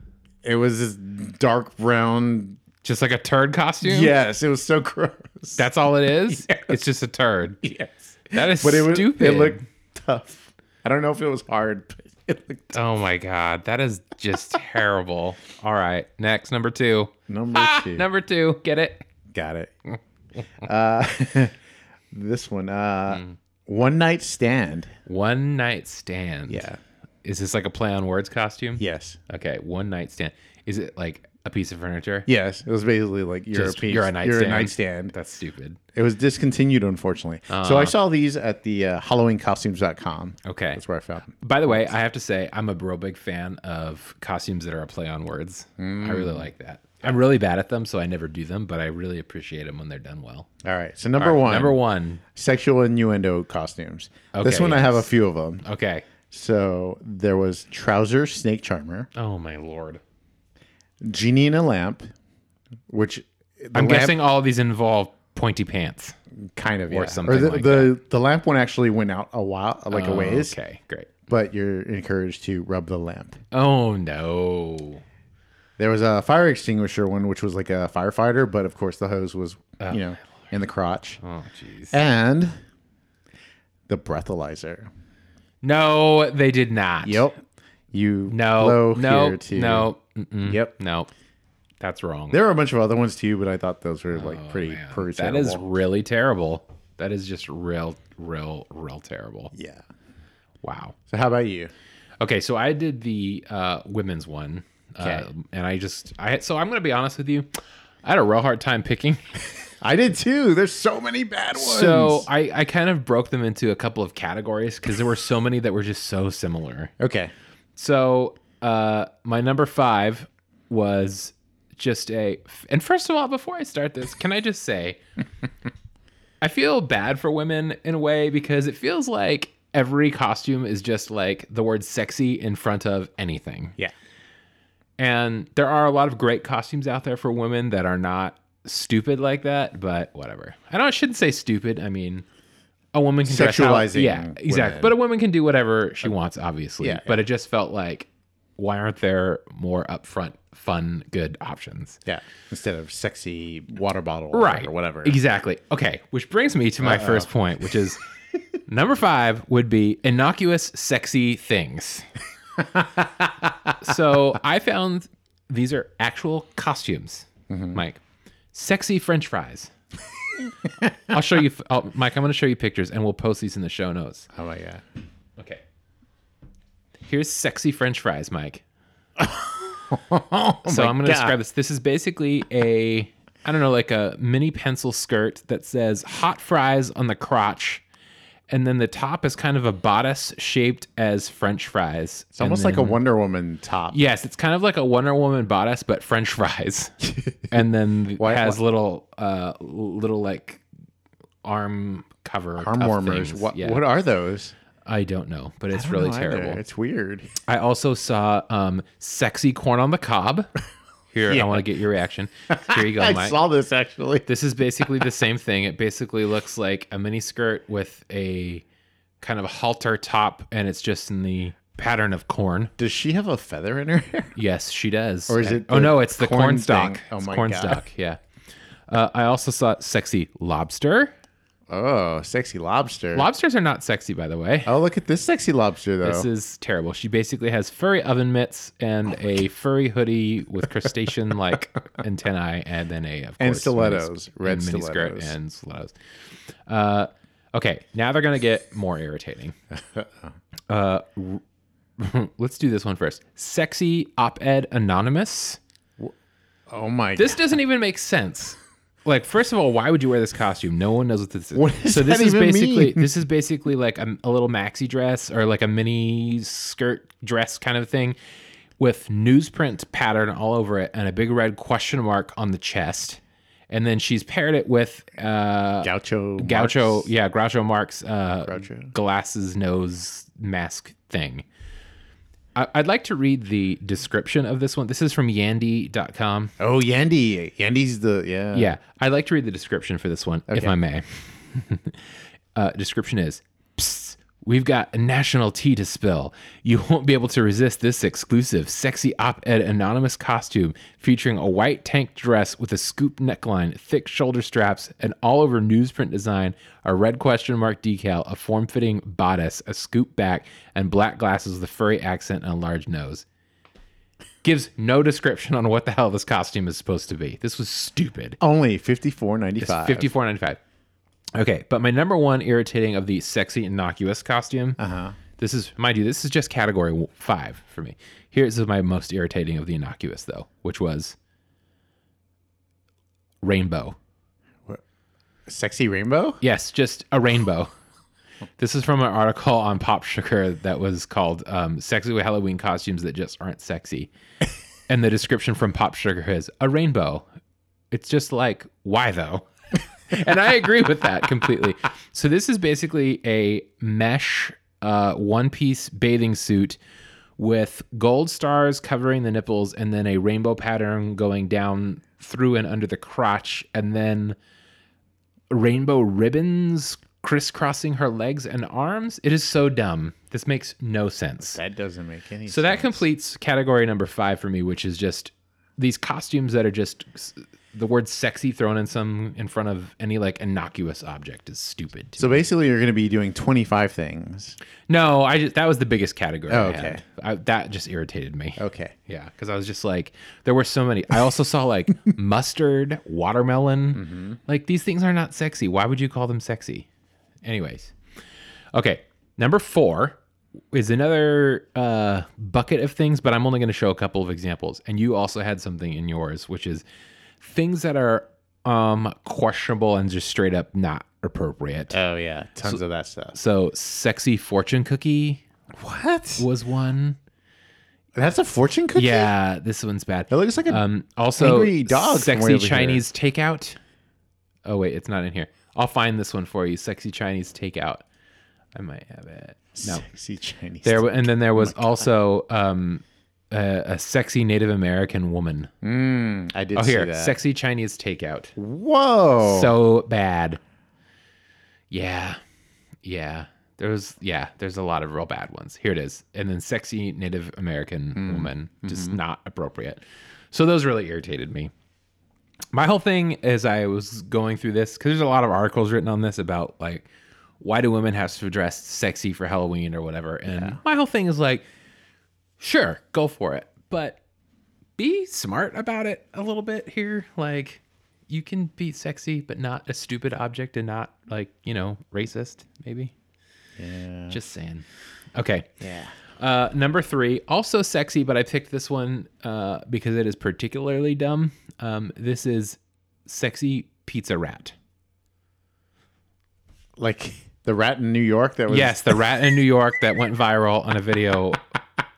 Speaker 2: it was this dark brown.
Speaker 1: Just like a turd costume?
Speaker 2: Yes, it was so gross.
Speaker 1: That's all it is. It's just a turd.
Speaker 2: yes.
Speaker 1: That is
Speaker 2: But it was
Speaker 1: stupid.
Speaker 2: it looked tough. I don't know if it was hard, but it looked tough.
Speaker 1: Oh my god, that is just terrible. All right, next number two.
Speaker 2: Number
Speaker 1: Ah,
Speaker 2: two.
Speaker 1: number two, get it?
Speaker 2: Got it. uh, this one. Uh
Speaker 1: Hmm.
Speaker 2: one night stand.
Speaker 1: One night stand.
Speaker 2: Yeah.
Speaker 1: Is this like a play on words costume?
Speaker 2: Yes.
Speaker 1: Okay, one night stand. Is it like a piece of furniture.
Speaker 2: Yes, it was basically like you're
Speaker 1: Just,
Speaker 2: a piece,
Speaker 1: you're a nightstand.
Speaker 2: nightstand.
Speaker 1: That's stupid.
Speaker 2: It was discontinued, unfortunately. so I saw these at the uh, HalloweenCostumes.com.
Speaker 1: Ah. Okay.
Speaker 2: that's where I found them.
Speaker 1: By the way, I have to say I'm a real big fan of costumes that are a play on words. I really
Speaker 2: Mm.
Speaker 1: like that. I'm really bad at them, so I never do them, but I really appreciate them when they're done well.
Speaker 2: All right, so number one,
Speaker 1: Number one.
Speaker 2: sexual innuendo costumes. this
Speaker 1: Okay,
Speaker 2: one I have a
Speaker 1: yes.
Speaker 2: few of them.
Speaker 1: Okay.
Speaker 2: So there was trouser snake charmer,
Speaker 1: Oh my lord.
Speaker 2: genie in a lamp, which the
Speaker 1: I'm
Speaker 2: lamp-
Speaker 1: guessing all of these involve pointy pants.
Speaker 2: kind of yeah.
Speaker 1: something
Speaker 2: the,
Speaker 1: like Oh,
Speaker 2: the the lamp one actually went out a while, like a ways.
Speaker 1: Okay, great.
Speaker 2: But you're encouraged to rub the lamp.
Speaker 1: Oh no.
Speaker 2: There was a fire extinguisher one, which was like a firefighter, but of course the hose was you know in the crotch,
Speaker 1: Oh jeez.
Speaker 2: and the breathalyzer.
Speaker 1: No, they did not.
Speaker 2: Yep. You
Speaker 1: No.
Speaker 2: blow
Speaker 1: No.
Speaker 2: here to
Speaker 1: No. Mm-mm.
Speaker 2: Yep.
Speaker 1: No. That's wrong.
Speaker 2: There are a bunch of other ones too, but I thought those were like pretty
Speaker 1: Oh, Man,
Speaker 2: pretty
Speaker 1: that
Speaker 2: terrible.
Speaker 1: is really terrible. That is just real, real, real terrible.
Speaker 2: yeah.
Speaker 1: Wow.
Speaker 2: So how about you?
Speaker 1: Okay, so I did the uh, women's one, uh,
Speaker 2: Okay.
Speaker 1: and I just I so I'm gonna be honest with you, I had a real hard time picking.
Speaker 2: I did too. There's so many bad ones.
Speaker 1: So I I kind of broke them into a couple of categories because there were so many that were just so similar.
Speaker 2: okay.
Speaker 1: So uh, my number five was just a. And first of all, before I start this, can I just say, I feel bad for women in a way because it feels like every costume is just like the word sexy in front of anything.
Speaker 2: Yeah.
Speaker 1: And there are a lot of great costumes out there for women that are not stupid like that, but whatever. I know I shouldn't say stupid. I mean, a woman can dress how-
Speaker 2: Sexualizing
Speaker 1: yeah, exactly.
Speaker 2: women.
Speaker 1: But a woman can do whatever she wants, obviously.
Speaker 2: Yeah,
Speaker 1: But it just felt like, why aren't there more upfront, fun, good options?
Speaker 2: Yeah. Instead of sexy water bottle
Speaker 1: Right.
Speaker 2: or whatever.
Speaker 1: Exactly. Okay. Which brings me to my first point, which is number five would be innocuous, sexy things. so I found these are actual costumes,
Speaker 2: Mm-hmm.
Speaker 1: Mike. Sexy French fries. I'll show you, i Mike. I'm going to show you pictures, and we'll post these in the show notes.
Speaker 2: Oh my god.
Speaker 1: Okay. Here's sexy French fries, Mike. so I'm going to
Speaker 2: Oh God.
Speaker 1: describe this. This is basically a, I don't know, like a mini pencil skirt that says hot fries on the crotch. And then the top is kind of a bodice shaped as French fries.
Speaker 2: It's almost like a Wonder Woman top.
Speaker 1: Yes, it's kind of like a Wonder Woman bodice, but French fries, and then
Speaker 2: Why-
Speaker 1: has
Speaker 2: why-
Speaker 1: little, uh, little like arm cover,
Speaker 2: Arm
Speaker 1: cuff
Speaker 2: warmers.
Speaker 1: things.
Speaker 2: What
Speaker 1: Yeah.
Speaker 2: what are those?
Speaker 1: I don't know, but it's
Speaker 2: I don't
Speaker 1: really
Speaker 2: know either.
Speaker 1: terrible.
Speaker 2: It's weird.
Speaker 1: I also saw um, sexy corn on the cob. Here,
Speaker 2: Yeah.
Speaker 1: I want to get your reaction. Here you go,
Speaker 2: I
Speaker 1: Mike.
Speaker 2: saw this actually.
Speaker 1: this is basically the same thing. It basically looks like a mini skirt with a kind of halter top, and it's just in the pattern of corn.
Speaker 2: Does she have a feather in her hair?
Speaker 1: Yes, she does.
Speaker 2: Or is it
Speaker 1: Oh
Speaker 2: the
Speaker 1: no, it's the corn,
Speaker 2: corn
Speaker 1: stalk.
Speaker 2: thing? Oh
Speaker 1: It's
Speaker 2: my
Speaker 1: corn
Speaker 2: God.
Speaker 1: stalk. Yeah. Uh, I also saw sexy lobster.
Speaker 2: Oh, sexy lobster.
Speaker 1: Lobsters are not sexy, by the way.
Speaker 2: oh, look at this sexy lobster though.
Speaker 1: This is terrible. She basically has furry oven mitts and
Speaker 2: Oh
Speaker 1: a furry hoodie with crustacean like antennae, and then a of
Speaker 2: And
Speaker 1: course,
Speaker 2: stilettos, red
Speaker 1: and
Speaker 2: stilettos.
Speaker 1: and stilettos. Uh, okay, now they're gonna get more irritating. Uh, r- let's do this one first. Sexy op-ed anonymous.
Speaker 2: oh my
Speaker 1: This doesn't even make sense. Like, first of all, why would you wear this costume? No one knows what this is.
Speaker 2: What does
Speaker 1: so this
Speaker 2: that
Speaker 1: is
Speaker 2: even
Speaker 1: basically
Speaker 2: mean?
Speaker 1: this is basically like a, a little maxi dress or like a mini skirt dress kind of thing with newsprint pattern all over it and a big red question mark on the chest. And then she's paired it with uh,
Speaker 2: gaucho
Speaker 1: Gaucho,
Speaker 2: marks.
Speaker 1: yeah, Groucho Marx uh,
Speaker 2: Groucho.
Speaker 1: glasses, nose, mask thing. I- I'd like to read the description of this one. This is from Yandy.com.
Speaker 2: Oh, Yandy. Yandy's the yeah.
Speaker 1: Yeah, I'd like to read the description for this one, if I may. uh, description is: Psst, We've got a national tea to spill. You won't be able to resist this exclusive, sexy op-ed anonymous costume featuring a white tank dress with a scoop neckline, thick shoulder straps, an all-over newsprint design, a red question mark decal, a form-fitting bodice, a scoop back, and black glasses with a furry accent and a large nose. Gives no description on what the hell this costume is supposed to be. This was stupid.
Speaker 2: Only fifty four ninety five.
Speaker 1: Fifty four ninety five. Okay, but my number one irritating of the sexy innocuous costume. Uh huh. This is mind you, this is just category w- five for me. Here's my most irritating of the innocuous though, which was rainbow.
Speaker 2: Sexy rainbow?
Speaker 1: Yes, just a rainbow. this is from an article on Pop Sugar that was called um, Sexy with Halloween Costumes That Just Aren't Sexy. and the description from Pop Sugar is a rainbow. It's just like, why though? and I agree with that completely. So this is basically a mesh uh, one piece bathing suit with gold stars covering the nipples and then a rainbow pattern going down through and under the crotch and then rainbow ribbons crisscrossing her legs and arms. It is so dumb. This makes no sense.
Speaker 2: That doesn't make any
Speaker 1: So that completes category number five for me, which is just these costumes that are just the word sexy thrown in some in front of any like innocuous object is stupid. to
Speaker 2: So basically, you're going to be doing 25 things.
Speaker 1: no, I just that was the biggest category.
Speaker 2: Oh,
Speaker 1: I had.
Speaker 2: okay.
Speaker 1: I, that just irritated me.
Speaker 2: Okay.
Speaker 1: Yeah, because I was just like, there were so many. I also saw like mustard, watermelon. Like these things are not sexy. Why would you call them sexy? Anyways, okay. Number four is another uh, bucket of things, but I'm only going to show a couple of examples. And you also had something in yours, which is things that are um questionable and just straight up not appropriate.
Speaker 2: Oh, yeah. Tons of that stuff.
Speaker 1: so, sexy fortune cookie
Speaker 2: What?
Speaker 1: was one.
Speaker 2: That's a fortune cookie?
Speaker 1: Yeah, this one's bad.
Speaker 2: That looks like a.
Speaker 1: Um, also,
Speaker 2: Angry dog somewhere
Speaker 1: sexy
Speaker 2: over here.
Speaker 1: Chinese takeout. Oh wait, it's not in here. I'll find this one for you. Sexy Chinese takeout. I might have it. No,
Speaker 2: Sexy Chinese.
Speaker 1: there and then there was also um, a, a sexy Native American woman.
Speaker 2: Mm, I did
Speaker 1: Oh
Speaker 2: see
Speaker 1: here,
Speaker 2: that.
Speaker 1: sexy Chinese takeout.
Speaker 2: Whoa.
Speaker 1: So bad. Yeah, yeah. There's yeah. There's a lot of real bad ones. Here it is, and then sexy Native American woman, just not appropriate. So those really irritated me my whole thing as I was going through this, because there's a lot of articles written on this about like why do women have to dress sexy for Halloween or whatever. And my whole thing is like, sure, go for it, but be smart about it a little bit here. Like, you can be sexy, but not a stupid object and not like, you know, racist, maybe.
Speaker 2: yeah.
Speaker 1: Just saying. Okay.
Speaker 2: yeah.
Speaker 1: Uh, number three, also sexy, but I picked this one uh, because it is particularly dumb. Um, this is sexy pizza rat.
Speaker 2: Like the rat in New York that was.
Speaker 1: Yes, the rat in New York that went viral on a video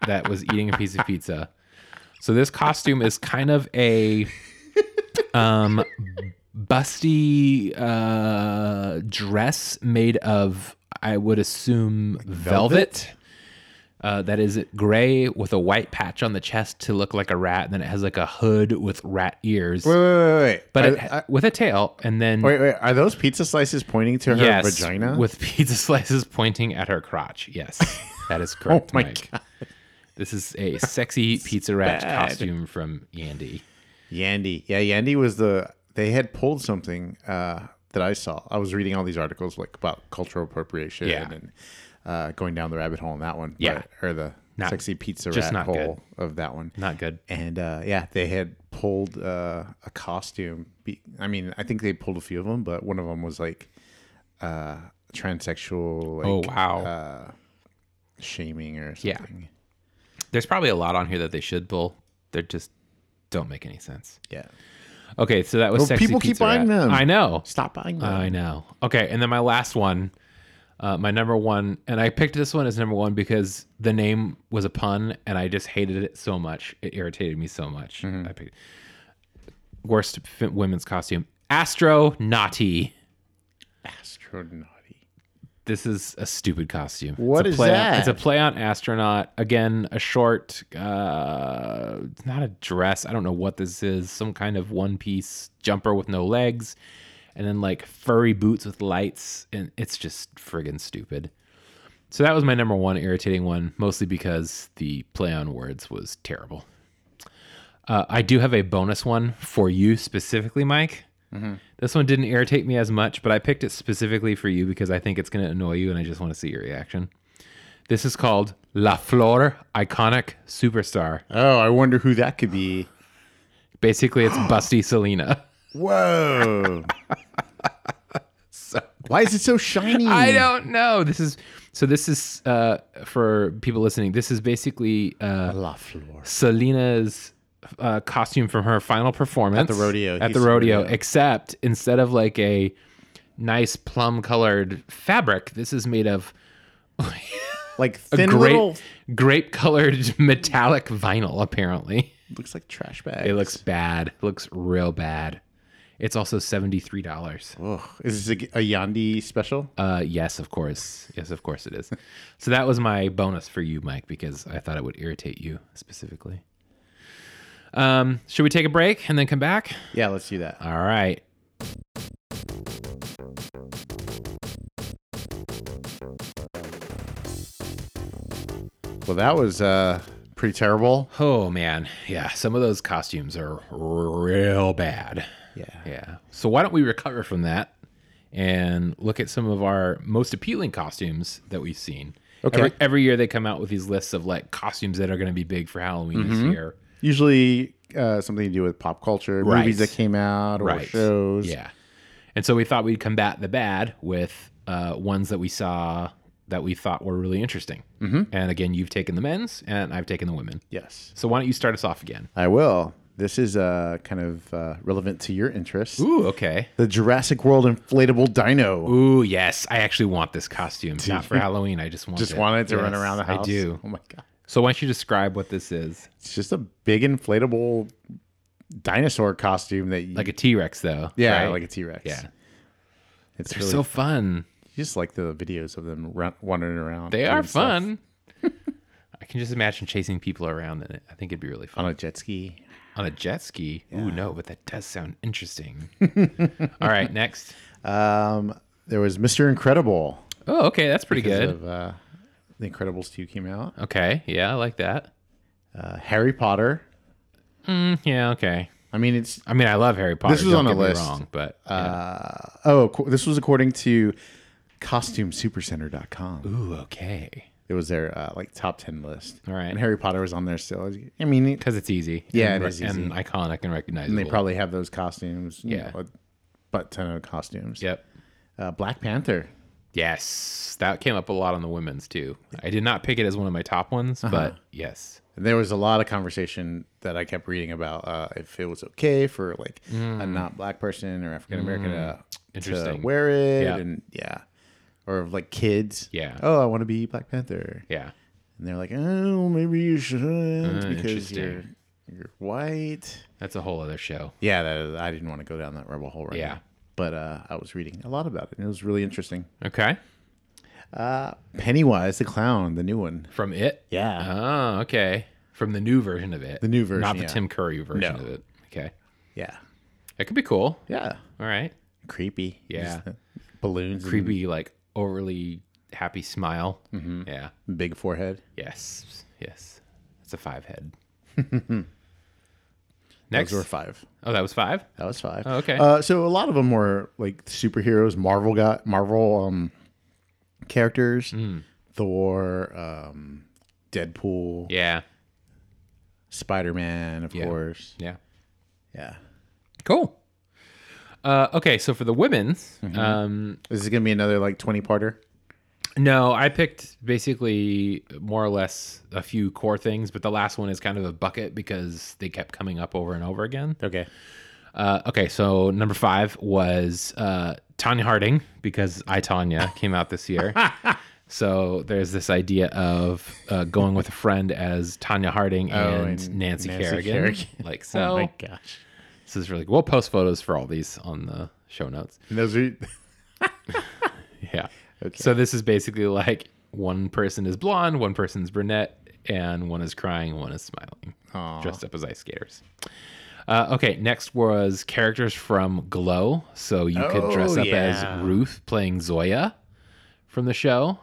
Speaker 1: that was eating a piece of pizza. So this costume is kind of a um, busty uh, dress made of, I would assume, velvet. Uh, that is gray with a white patch on the chest to look like a rat, and then it has like a hood with rat ears,
Speaker 2: Wait, wait, wait, wait.
Speaker 1: but
Speaker 2: are,
Speaker 1: it,
Speaker 2: are-
Speaker 1: with a tail, and then
Speaker 2: wait, wait. Are those pizza slices pointing to her
Speaker 1: yes,
Speaker 2: vagina?
Speaker 1: with pizza slices pointing at her crotch. Yes, that is correct,
Speaker 2: Oh my
Speaker 1: Mike. This is a sexy pizza rat costume from Yandy.
Speaker 2: Yandy. Yeah, Yandy was the they had pulled something uh, that I saw. I was reading all these articles like about cultural appropriation
Speaker 1: Yeah.
Speaker 2: and uh, going down the rabbit hole on that one.
Speaker 1: Yeah.
Speaker 2: but- or the
Speaker 1: Not-
Speaker 2: sexy pizza
Speaker 1: just
Speaker 2: rat
Speaker 1: not
Speaker 2: hole of that one.
Speaker 1: Not good.
Speaker 2: And uh, yeah, they had pulled uh, a costume. Be- I mean, I think they pulled a few of them, but one of them was like uh, transsexual. Like,
Speaker 1: Oh wow.
Speaker 2: Uh, shaming or
Speaker 1: Yeah.
Speaker 2: something.
Speaker 1: There's probably a lot on here that they should pull. They just don't make any sense.
Speaker 2: Yeah.
Speaker 1: Okay, so that was
Speaker 2: Well,
Speaker 1: sexy
Speaker 2: people keep
Speaker 1: pizza rat.
Speaker 2: buying them.
Speaker 1: I know.
Speaker 2: Stop buying them.
Speaker 1: I know. Okay, and then my last one, uh, my number one, and I picked this one as number one because the name was a pun, and I just hated it so much. It irritated me so much. I picked worst fi- women's costume, Astro Naughty.
Speaker 2: Uh, Astronauty.
Speaker 1: This is a stupid costume.
Speaker 2: What
Speaker 1: What is it's
Speaker 2: is
Speaker 1: a play
Speaker 2: that?
Speaker 1: On, it's a play on astronaut. Again, a short, uh, not a dress. I don't know what this is. Some kind of one piece jumper with no legs, and then like furry boots with lights, and it's just friggin' stupid. So that was my number one irritating one, mostly because the play on words was terrible. Uh, I do have a bonus one for you specifically, Mike. This one didn't irritate me as much, but I picked it specifically for you because I think it's going to annoy you and I just want to see your reaction. This is called La Flor Iconic Superstar.
Speaker 2: Oh, I wonder who that could be.
Speaker 1: Basically, it's Busty Selena.
Speaker 2: Whoa. Why is it so shiny?
Speaker 1: I don't know. This is so. This is uh, for people listening. This is basically uh,
Speaker 2: La Flor.
Speaker 1: Selena's uh, costume from her final performance
Speaker 2: At the rodeo.
Speaker 1: At the
Speaker 2: Houston
Speaker 1: rodeo,
Speaker 2: rodeo.
Speaker 1: except instead of like a nice plum colored fabric, this is made of
Speaker 2: Like
Speaker 1: a
Speaker 2: thin
Speaker 1: grape
Speaker 2: little
Speaker 1: grape colored metallic vinyl. Apparently,
Speaker 2: looks like trash bag.
Speaker 1: it looks bad. Looks real bad. It's also seventy three dollars.
Speaker 2: Ugh. Is this a, a Yandi special?
Speaker 1: Uh, yes, of course. Yes, of course it is. so that was my bonus for you, Mike, because I thought it would irritate you specifically. Um, should we take a break and then come back?
Speaker 2: Yeah, let's do that.
Speaker 1: All right.
Speaker 2: Well, that was uh pretty terrible.
Speaker 1: Oh man, yeah. Some of those costumes are real bad.
Speaker 2: Yeah.
Speaker 1: Yeah. So why don't we recover from that and look at some of our most appealing costumes that we've seen?
Speaker 2: Okay.
Speaker 1: Every, every year they come out with these lists of like costumes that are going to be big for Halloween
Speaker 2: Mm-hmm.
Speaker 1: this year.
Speaker 2: Usually uh, something to do with pop culture,
Speaker 1: Right.
Speaker 2: movies that came out, or shows.
Speaker 1: Yeah. And so we thought we'd combat the bad with uh, ones that we saw that we thought were really interesting. Mm-hmm. And again, you've taken the men's and I've taken the women.
Speaker 2: Yes.
Speaker 1: So why don't you start us off again?
Speaker 2: I will. This is uh, kind of uh, relevant to your interests.
Speaker 1: Ooh, okay.
Speaker 2: The Jurassic World inflatable dino.
Speaker 1: Ooh, yes. I actually want this costume. Not for Halloween. I just want
Speaker 2: Just
Speaker 1: it.
Speaker 2: wanted to run
Speaker 1: Yes,
Speaker 2: around the house.
Speaker 1: I do.
Speaker 2: Oh my god.
Speaker 1: So why don't you describe what this is?
Speaker 2: It's just a big inflatable dinosaur costume that you,
Speaker 1: Like a T Rex, though.
Speaker 2: yeah,
Speaker 1: right?
Speaker 2: like a T Rex.
Speaker 1: yeah.
Speaker 2: it's
Speaker 1: They're
Speaker 2: really
Speaker 1: so fun.
Speaker 2: you just like the videos of them run, wandering around.
Speaker 1: They
Speaker 2: doing
Speaker 1: are
Speaker 2: stuff
Speaker 1: fun. I can just imagine chasing people around in it. I think it'd be really fun.
Speaker 2: on a jet ski.
Speaker 1: On a jet ski? Ooh, no, but that does sound interesting. All right, next.
Speaker 2: Um, there was Mr. Incredible.
Speaker 1: Oh, okay, that's pretty
Speaker 2: because
Speaker 1: good.
Speaker 2: Of, uh, the Incredibles two came out.
Speaker 1: Okay, yeah, I like that.
Speaker 2: Uh, Harry Potter.
Speaker 1: Mm, yeah, okay.
Speaker 2: I mean, it's
Speaker 1: I mean, I love Harry Potter.
Speaker 2: This was
Speaker 1: don't
Speaker 2: on a
Speaker 1: get me
Speaker 2: list. Uh,
Speaker 1: Wrong, but yeah.
Speaker 2: oh, co- this was according to CostumeSupercenter.com.
Speaker 1: ooh, okay,
Speaker 2: It was their uh, like top ten list.
Speaker 1: All right.
Speaker 2: and Harry Potter was on there still. I mean, it-
Speaker 1: because it's easy.
Speaker 2: Yeah,
Speaker 1: and,
Speaker 2: it is
Speaker 1: and
Speaker 2: easy.
Speaker 1: iconic and recognizable.
Speaker 2: and they probably have those costumes. you
Speaker 1: Yeah.
Speaker 2: know, a butt ton of costumes.
Speaker 1: Yep.
Speaker 2: uh, Black Panther.
Speaker 1: Yes, that came up a lot on the women's too. I did not pick it as one of my top ones,
Speaker 2: Uh-huh.
Speaker 1: but yes.
Speaker 2: And there was a lot of conversation that I kept reading about uh, if it was okay for like a not black person or African American to, to
Speaker 1: Hmm. Interesting.
Speaker 2: wear it,
Speaker 1: Yeah.
Speaker 2: and yeah, or of, like kids.
Speaker 1: Yeah.
Speaker 2: Oh, I want to be Black Panther.
Speaker 1: Yeah.
Speaker 2: And they're like, oh, maybe you shouldn't
Speaker 1: Uh,
Speaker 2: because you're
Speaker 1: interesting.
Speaker 2: you're white.
Speaker 1: That's a whole other show.
Speaker 2: Yeah, that, I didn't want to go down that rabbit hole right
Speaker 1: Yeah.
Speaker 2: now. But uh, I was reading a lot about it, and it was really interesting.
Speaker 1: Okay.
Speaker 2: Pennywise the clown, the new one.
Speaker 1: From it?
Speaker 2: Yeah.
Speaker 1: Oh, okay. From the new version of it. The
Speaker 2: new version,
Speaker 1: Not the
Speaker 2: yeah.
Speaker 1: Tim Curry version
Speaker 2: No.
Speaker 1: of it. Okay.
Speaker 2: yeah.
Speaker 1: That could be cool.
Speaker 2: Yeah.
Speaker 1: All right.
Speaker 2: Mm-hmm. Creepy.
Speaker 1: Yeah.
Speaker 2: Just balloons. and
Speaker 1: Creepy, like overly happy smile.
Speaker 2: Mm-hmm.
Speaker 1: Yeah.
Speaker 2: Big forehead.
Speaker 1: Yes. Yes. It's a five head. Next.
Speaker 2: Those were five.
Speaker 1: oh, that was five?
Speaker 2: That was five.
Speaker 1: Oh, okay.
Speaker 2: Uh, so a lot of them were like superheroes, Marvel got Marvel um, characters,
Speaker 1: Mm.
Speaker 2: Thor, um, Deadpool,
Speaker 1: Yeah.
Speaker 2: Spider Man, of
Speaker 1: Yeah.
Speaker 2: course.
Speaker 1: Yeah.
Speaker 2: Yeah.
Speaker 1: Cool. Uh, okay, so for the women's,
Speaker 2: Mm-hmm.
Speaker 1: um,
Speaker 2: This is gonna be another like twenty parter.
Speaker 1: No, I picked basically more or less a few core things, but the last one is kind of a bucket because they kept coming up over and over again.
Speaker 2: Okay.
Speaker 1: Uh, okay, so number five was uh, Tanya Harding because I Tanya came out this year. so there's this idea of uh, going with a friend as Tanya Harding and,
Speaker 2: Oh, and
Speaker 1: Nancy,
Speaker 2: Nancy
Speaker 1: Kerrigan,
Speaker 2: Kerrigan.
Speaker 1: like so.
Speaker 2: Oh my gosh.
Speaker 1: This is really cool. We'll post photos for all these on the show notes.
Speaker 2: And those are
Speaker 1: Yeah. So this is basically like one person is blonde, one person's brunette, and one is crying, one is smiling,
Speaker 2: Aw.
Speaker 1: dressed up as ice skaters. Uh, okay, next was characters from Glow. So you could dress
Speaker 2: Oh,
Speaker 1: up
Speaker 2: yeah.
Speaker 1: as Ruth playing Zoya from the show,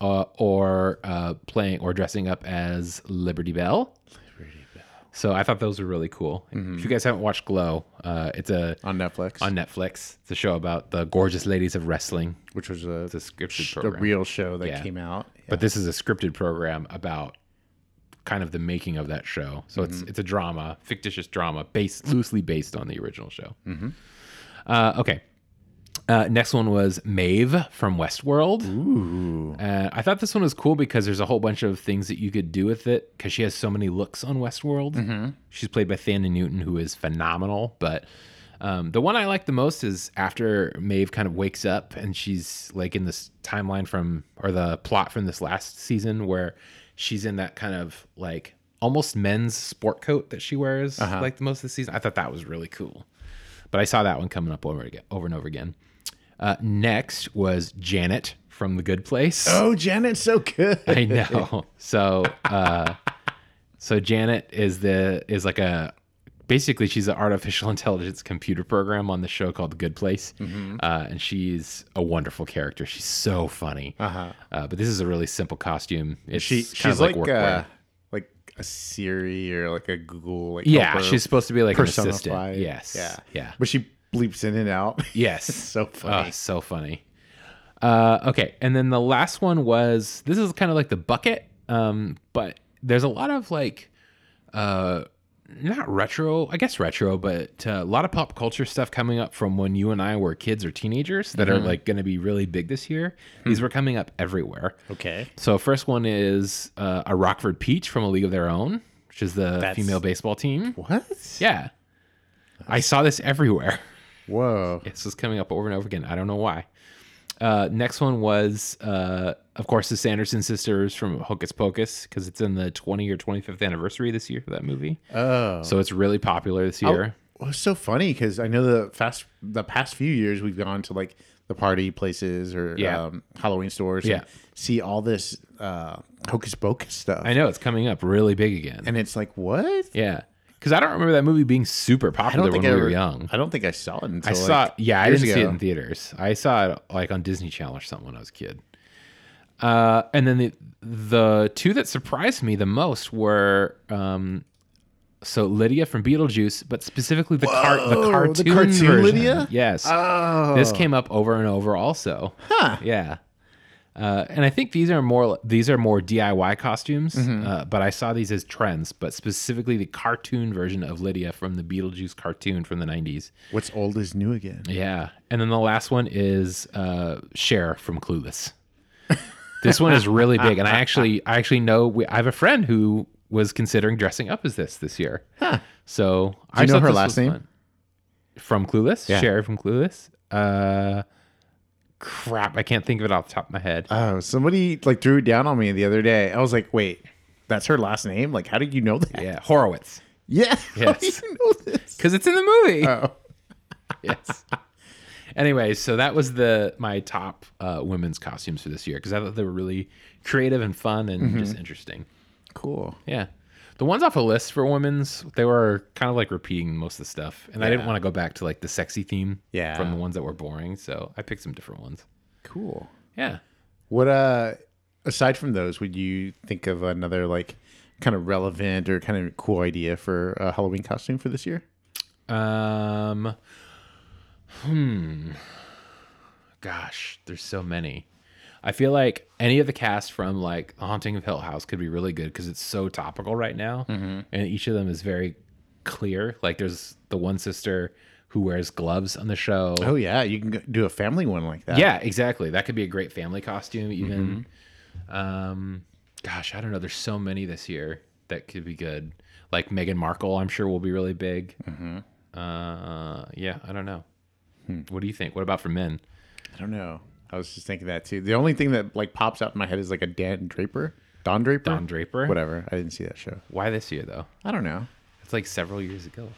Speaker 1: uh, or uh, playing or dressing up as Liberty Bell. So I thought those were really cool.
Speaker 2: Mm-hmm.
Speaker 1: If you guys haven't watched Glow, uh, it's a
Speaker 2: on Netflix,
Speaker 1: on Netflix. It's a show about the gorgeous ladies of wrestling.
Speaker 2: which was a,
Speaker 1: It's a scripted
Speaker 2: a
Speaker 1: program.
Speaker 2: real show that
Speaker 1: Yeah.
Speaker 2: came out.
Speaker 1: But this is a scripted program about kind of the making of that show. So it's it's a drama, Mm-hmm. fictitious drama, based loosely based on the original show. Uh, okay. Uh, next one was Maeve from Westworld. Ooh. Uh, I thought this one was cool because there's a whole bunch of things that you could do with it because she has so many looks on Westworld. She's played by Thanda Newton, who is phenomenal. But um, the one I like the most is after Maeve kind of wakes up and she's like in this timeline from or the plot from this last season where she's in that kind of like almost men's sport coat that she wears like the most of the season. I thought that was really cool. But I saw that one coming up over again, over and over again. Uh, next was Janet from The Good Place.
Speaker 2: Oh, Janet's so good.
Speaker 1: I know. So, uh, so Janet is the is like a basically she's an artificial intelligence computer program on the show called The Good Place,
Speaker 2: Mm-hmm.
Speaker 1: uh, and she's a wonderful character. She's so funny. Uh-huh. but this is a really simple costume. It's
Speaker 2: she
Speaker 1: kind
Speaker 2: she's
Speaker 1: of like,
Speaker 2: like
Speaker 1: workwear.
Speaker 2: like, uh, like a Siri or like a Google. Like
Speaker 1: yeah,
Speaker 2: helper
Speaker 1: she's supposed to be like an assistant.
Speaker 2: personified.
Speaker 1: Yes.
Speaker 2: Yeah.
Speaker 1: Yeah.
Speaker 2: But she bleeps in and out.
Speaker 1: Yes.
Speaker 2: so funny.
Speaker 1: Oh, so funny. Uh, okay, and then the last one was this is kind of like the bucket, um, but there's a lot of like, uh, not retro, I guess retro, but uh, a lot of pop culture stuff coming up from when you and I were kids or teenagers that
Speaker 2: Mm-hmm.
Speaker 1: are like going to be really big this year.
Speaker 2: Hmm.
Speaker 1: These were coming up everywhere.
Speaker 2: okay.
Speaker 1: So first one is uh, a Rockford Peach from A League of Their Own, which is the
Speaker 2: That's-
Speaker 1: female baseball team.
Speaker 2: What?
Speaker 1: Yeah, I saw this everywhere.
Speaker 2: Whoa.
Speaker 1: This was coming up over and over again. I don't know why. Uh, next one was, uh, of course, the Sanderson sisters from Hocus Pocus because it's in the 20 or 25th anniversary this year for that movie.
Speaker 2: Oh.
Speaker 1: So it's really popular this
Speaker 2: Oh,
Speaker 1: year.
Speaker 2: well, it's so funny because I know the fast the past few years we've gone to like the party places or
Speaker 1: Yeah.
Speaker 2: um, Halloween stores.
Speaker 1: Yeah.
Speaker 2: and see all this uh, hocus pocus stuff.
Speaker 1: I know it's coming up really big again.
Speaker 2: and it's like what?
Speaker 1: yeah, because I don't remember that movie being super
Speaker 2: I
Speaker 1: popular
Speaker 2: don't
Speaker 1: when
Speaker 2: think
Speaker 1: we
Speaker 2: I
Speaker 1: were
Speaker 2: ever-
Speaker 1: young.
Speaker 2: I don't think I saw it until
Speaker 1: I saw,
Speaker 2: like,
Speaker 1: yeah, I
Speaker 2: years
Speaker 1: didn't see it
Speaker 2: ago.
Speaker 1: in theaters. I saw it like on Disney Channel or something when I was a kid. Uh, and then the the two that surprised me the most were um, so Lydia from Beetlejuice, but specifically the car the
Speaker 2: Whoa, the
Speaker 1: cartoon,
Speaker 2: cartoon
Speaker 1: version.
Speaker 2: Lydia?
Speaker 1: Yes,
Speaker 2: Oh,
Speaker 1: this came up over and over also.
Speaker 2: Huh.
Speaker 1: Yeah. Uh, and I think these are more these are more DIY costumes,
Speaker 2: Mm-hmm.
Speaker 1: uh, but I saw these as trends. But specifically, the cartoon version of Lydia from the Beetlejuice cartoon from the '90s.
Speaker 2: what's old is new again.
Speaker 1: Yeah. And then the last one is uh Cher from Clueless. This one is really big and I actually I actually know we, I have a friend who was considering dressing up as this this year. So, I
Speaker 2: you know
Speaker 1: thought
Speaker 2: her
Speaker 1: this
Speaker 2: last
Speaker 1: was
Speaker 2: name?
Speaker 1: fun. From Clueless?
Speaker 2: Yeah.
Speaker 1: Cher from Clueless? Uh crap, I can't think of it off the top of my head.
Speaker 2: Oh, somebody like threw it down on me the other day. I was like, wait, that's her last name. Like, how did you know that?
Speaker 1: yeah, Horowitz.
Speaker 2: Yeah. How do
Speaker 1: Yes.
Speaker 2: you know this?
Speaker 1: Cuz it's in the movie.
Speaker 2: Oh.
Speaker 1: yes. Anyway, so that was the my top uh, women's costumes for this year because I thought they were really creative and fun and
Speaker 2: Mm-hmm.
Speaker 1: just interesting.
Speaker 2: Cool.
Speaker 1: Yeah. The ones off the list for women's, they were kind of like repeating most of the stuff. And I didn't
Speaker 2: Yeah.
Speaker 1: want to go back to like the sexy theme
Speaker 2: Yeah.
Speaker 1: from the ones that were boring. So I picked some different ones.
Speaker 2: Cool.
Speaker 1: Yeah.
Speaker 2: What uh aside from those, would you think of another like kind of relevant or kind of cool idea for a Halloween costume for this year?
Speaker 1: Um, hmm. Gosh, there's so many. I feel like any of the cast from like The Haunting of Hill House could be really good because it's so topical right now, and each of them is very clear. Like there's the one sister who wears gloves on the show.
Speaker 2: Oh yeah, you can go- do a family one like that.
Speaker 1: Yeah, exactly. That could be a great family costume, even. Um, gosh, I don't know. There's so many this year that could be good. Like Meghan Markle, I'm sure will be really big. Uh, yeah, I don't know. What do you think? What about for men?
Speaker 2: I don't know. I was just thinking that too. The only thing that like pops out in my head is like a Dan Draper, Don Draper,
Speaker 1: Don Draper?
Speaker 2: whatever. I didn't see that show.
Speaker 1: Why this year though?
Speaker 2: I don't know.
Speaker 1: It's like several years ago.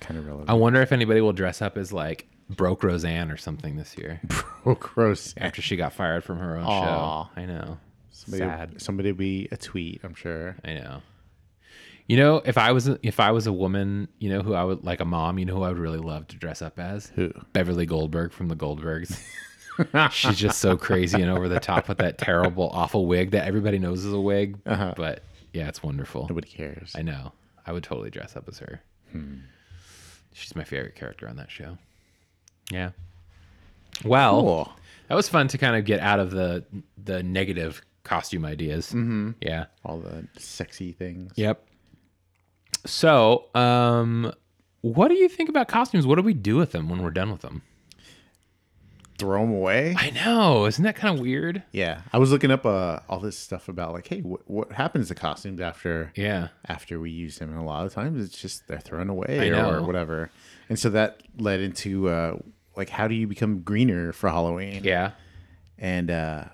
Speaker 2: Kind of relevant.
Speaker 1: I wonder if anybody will dress up as like broke Roseanne or something this year
Speaker 2: Oh, gross.
Speaker 1: after she got fired from her own
Speaker 2: Aw.
Speaker 1: show. I know.
Speaker 2: Somebody,
Speaker 1: Sad.
Speaker 2: Somebody be a tweet. I'm sure.
Speaker 1: I know. You know, if I was a, if I was a woman, you know who I would like a mom. You know who I would really love to dress up as?
Speaker 2: Who?
Speaker 1: Beverly Goldberg from the Goldbergs. She's just so crazy and over the top with that terrible, awful wig that everybody knows is a wig.
Speaker 2: Uh-huh.
Speaker 1: But yeah, it's wonderful.
Speaker 2: Nobody cares.
Speaker 1: I know. I would totally dress up as her.
Speaker 2: Hmm.
Speaker 1: She's my favorite character on that show. Yeah. Well,
Speaker 2: Cool.
Speaker 1: that was fun to kind of get out of the the negative costume ideas. Mm-hmm. Yeah.
Speaker 2: All the sexy things.
Speaker 1: Yep. So, um, what do you think about costumes? What do we do with them when we're done with them?
Speaker 2: throw them away.
Speaker 1: I know. Isn't that kind of weird?
Speaker 2: Yeah, I was looking up uh, all this stuff about like, hey, what what happens to costumes after
Speaker 1: Yeah.
Speaker 2: after we use them? And a lot of times it's just they're thrown away
Speaker 1: I
Speaker 2: or
Speaker 1: know.
Speaker 2: whatever. And so that led into uh, like, how do you become greener for Halloween?
Speaker 1: Yeah.
Speaker 2: and uh,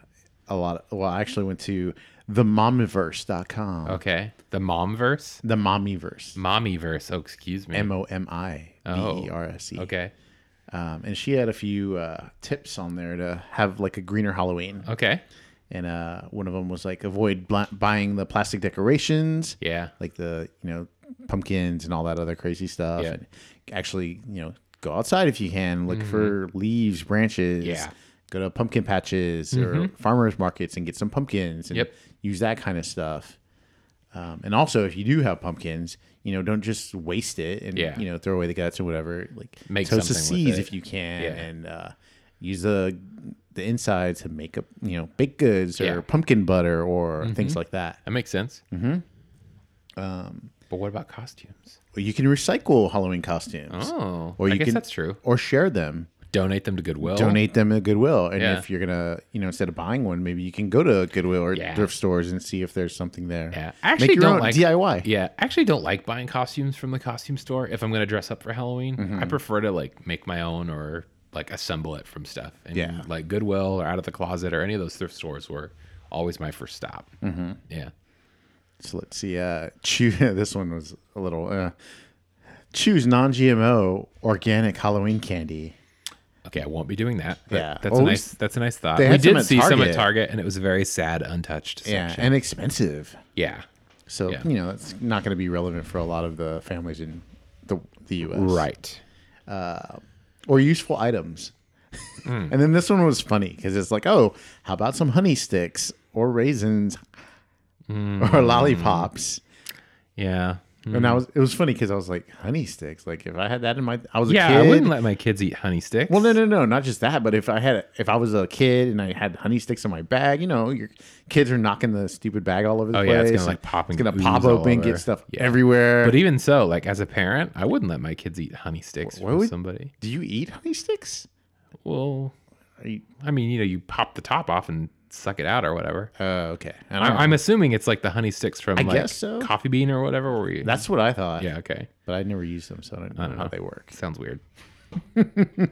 Speaker 2: a lot. well, I actually went to themomyverse.com.
Speaker 1: Okay. The mom verse?
Speaker 2: The mommyverse.
Speaker 1: Mommy verse. Oh, excuse me.
Speaker 2: M O M I V E R S E.
Speaker 1: okay.
Speaker 2: Um, and she had a few uh, tips on there to have like a greener Halloween.
Speaker 1: Okay.
Speaker 2: And uh, one of them was like avoid bl- buying the plastic decorations.
Speaker 1: Yeah.
Speaker 2: Like the, you know, pumpkins and all that other crazy stuff.
Speaker 1: Yeah. Mm-hmm.
Speaker 2: And actually, you know, go outside if you can. Look for leaves, branches.
Speaker 1: Yeah. Mm-hmm.
Speaker 2: Go to pumpkin patches or farmers markets and get some pumpkins and
Speaker 1: Yep.
Speaker 2: use that kind of stuff. Um, and also, if you do have pumpkins, you know, don't just waste it and
Speaker 1: Yeah.
Speaker 2: you know throw away the guts or whatever. Like
Speaker 1: Make
Speaker 2: toast the
Speaker 1: something with
Speaker 2: seeds
Speaker 1: it.
Speaker 2: if you can,
Speaker 1: Yeah.
Speaker 2: and uh, use the the insides to make up, you know, baked goods or
Speaker 1: Yeah. Mm-hmm.
Speaker 2: pumpkin butter or things like that.
Speaker 1: That makes sense. Mm-hmm. Um, but what about costumes?
Speaker 2: Or you can recycle Halloween costumes.
Speaker 1: Oh,
Speaker 2: or
Speaker 1: I
Speaker 2: you
Speaker 1: guess
Speaker 2: can,
Speaker 1: that's true.
Speaker 2: Or share them.
Speaker 1: Donate them to Goodwill.
Speaker 2: Donate them to Goodwill, and
Speaker 1: Oh. Yeah.
Speaker 2: if you're gonna, you know, instead of buying one, maybe you can go to Goodwill or
Speaker 1: Yeah.
Speaker 2: thrift stores and see if there's something there.
Speaker 1: Yeah, I actually
Speaker 2: make your
Speaker 1: don't
Speaker 2: own
Speaker 1: like
Speaker 2: DIY.
Speaker 1: Yeah, I actually don't like buying costumes from the costume store if I'm going to dress up for Halloween.
Speaker 2: Mm-hmm.
Speaker 1: I prefer to like make my own or like assemble it from stuff. And
Speaker 2: Yeah.
Speaker 1: like Goodwill or Out of the Closet or any of those thrift stores were always my first stop. Mm-hmm. Yeah.
Speaker 2: So let's see. Uh, choose this one was a little. Uh, choose non-GMO organic Halloween candy.
Speaker 1: Okay, I won't be doing that. but
Speaker 2: Yeah.
Speaker 1: that's
Speaker 2: Well,
Speaker 1: a
Speaker 2: we-
Speaker 1: nice. That's a nice thought.
Speaker 2: they
Speaker 1: We
Speaker 2: had some
Speaker 1: did
Speaker 2: at
Speaker 1: see some at
Speaker 2: Target.
Speaker 1: Target, and it was a very sad, untouched
Speaker 2: Yeah,
Speaker 1: section.
Speaker 2: and expensive.
Speaker 1: Yeah,
Speaker 2: So
Speaker 1: Yeah.
Speaker 2: you know it's not going to be relevant for a lot of the families in the the U.S.
Speaker 1: right.
Speaker 2: Or useful items.
Speaker 1: Hmm.
Speaker 2: and then this one was funny because it's like, oh, how about some honey sticks or raisins
Speaker 1: Hmm.
Speaker 2: or lollipops?
Speaker 1: Yeah.
Speaker 2: And I was it was funny because I was like, honey sticks. Like if I had that in my, I was a
Speaker 1: Yeah,
Speaker 2: kid.
Speaker 1: I wouldn't let my kids eat honey sticks.
Speaker 2: Well, no, no, no, not just that. But if I had, if I was a kid and I had honey sticks in my bag, you know, your kids are knocking the stupid bag all over the
Speaker 1: Oh,
Speaker 2: place.
Speaker 1: yeah, it's gonna, like, pop
Speaker 2: It's
Speaker 1: and
Speaker 2: gonna pop
Speaker 1: ooze all
Speaker 2: open, get
Speaker 1: over.
Speaker 2: stuff
Speaker 1: Yeah.
Speaker 2: everywhere.
Speaker 1: But even so, like as a parent, I wouldn't let my kids eat honey sticks
Speaker 2: Why
Speaker 1: from
Speaker 2: would-
Speaker 1: somebody.
Speaker 2: do you eat honey sticks?
Speaker 1: Well,
Speaker 2: Are you,
Speaker 1: I mean, you know, you pop the top off and suck it out or whatever.
Speaker 2: oh, okay. And
Speaker 1: Uh, I,
Speaker 2: I,
Speaker 1: I'm assuming it's like the honey sticks from
Speaker 2: I
Speaker 1: like
Speaker 2: guess so.
Speaker 1: coffee bean or whatever. Where you,
Speaker 2: that's what I thought.
Speaker 1: yeah, okay,
Speaker 2: but I never used them, so I don't know
Speaker 1: don't
Speaker 2: how
Speaker 1: know.
Speaker 2: they work.
Speaker 1: sounds weird. yeah, um,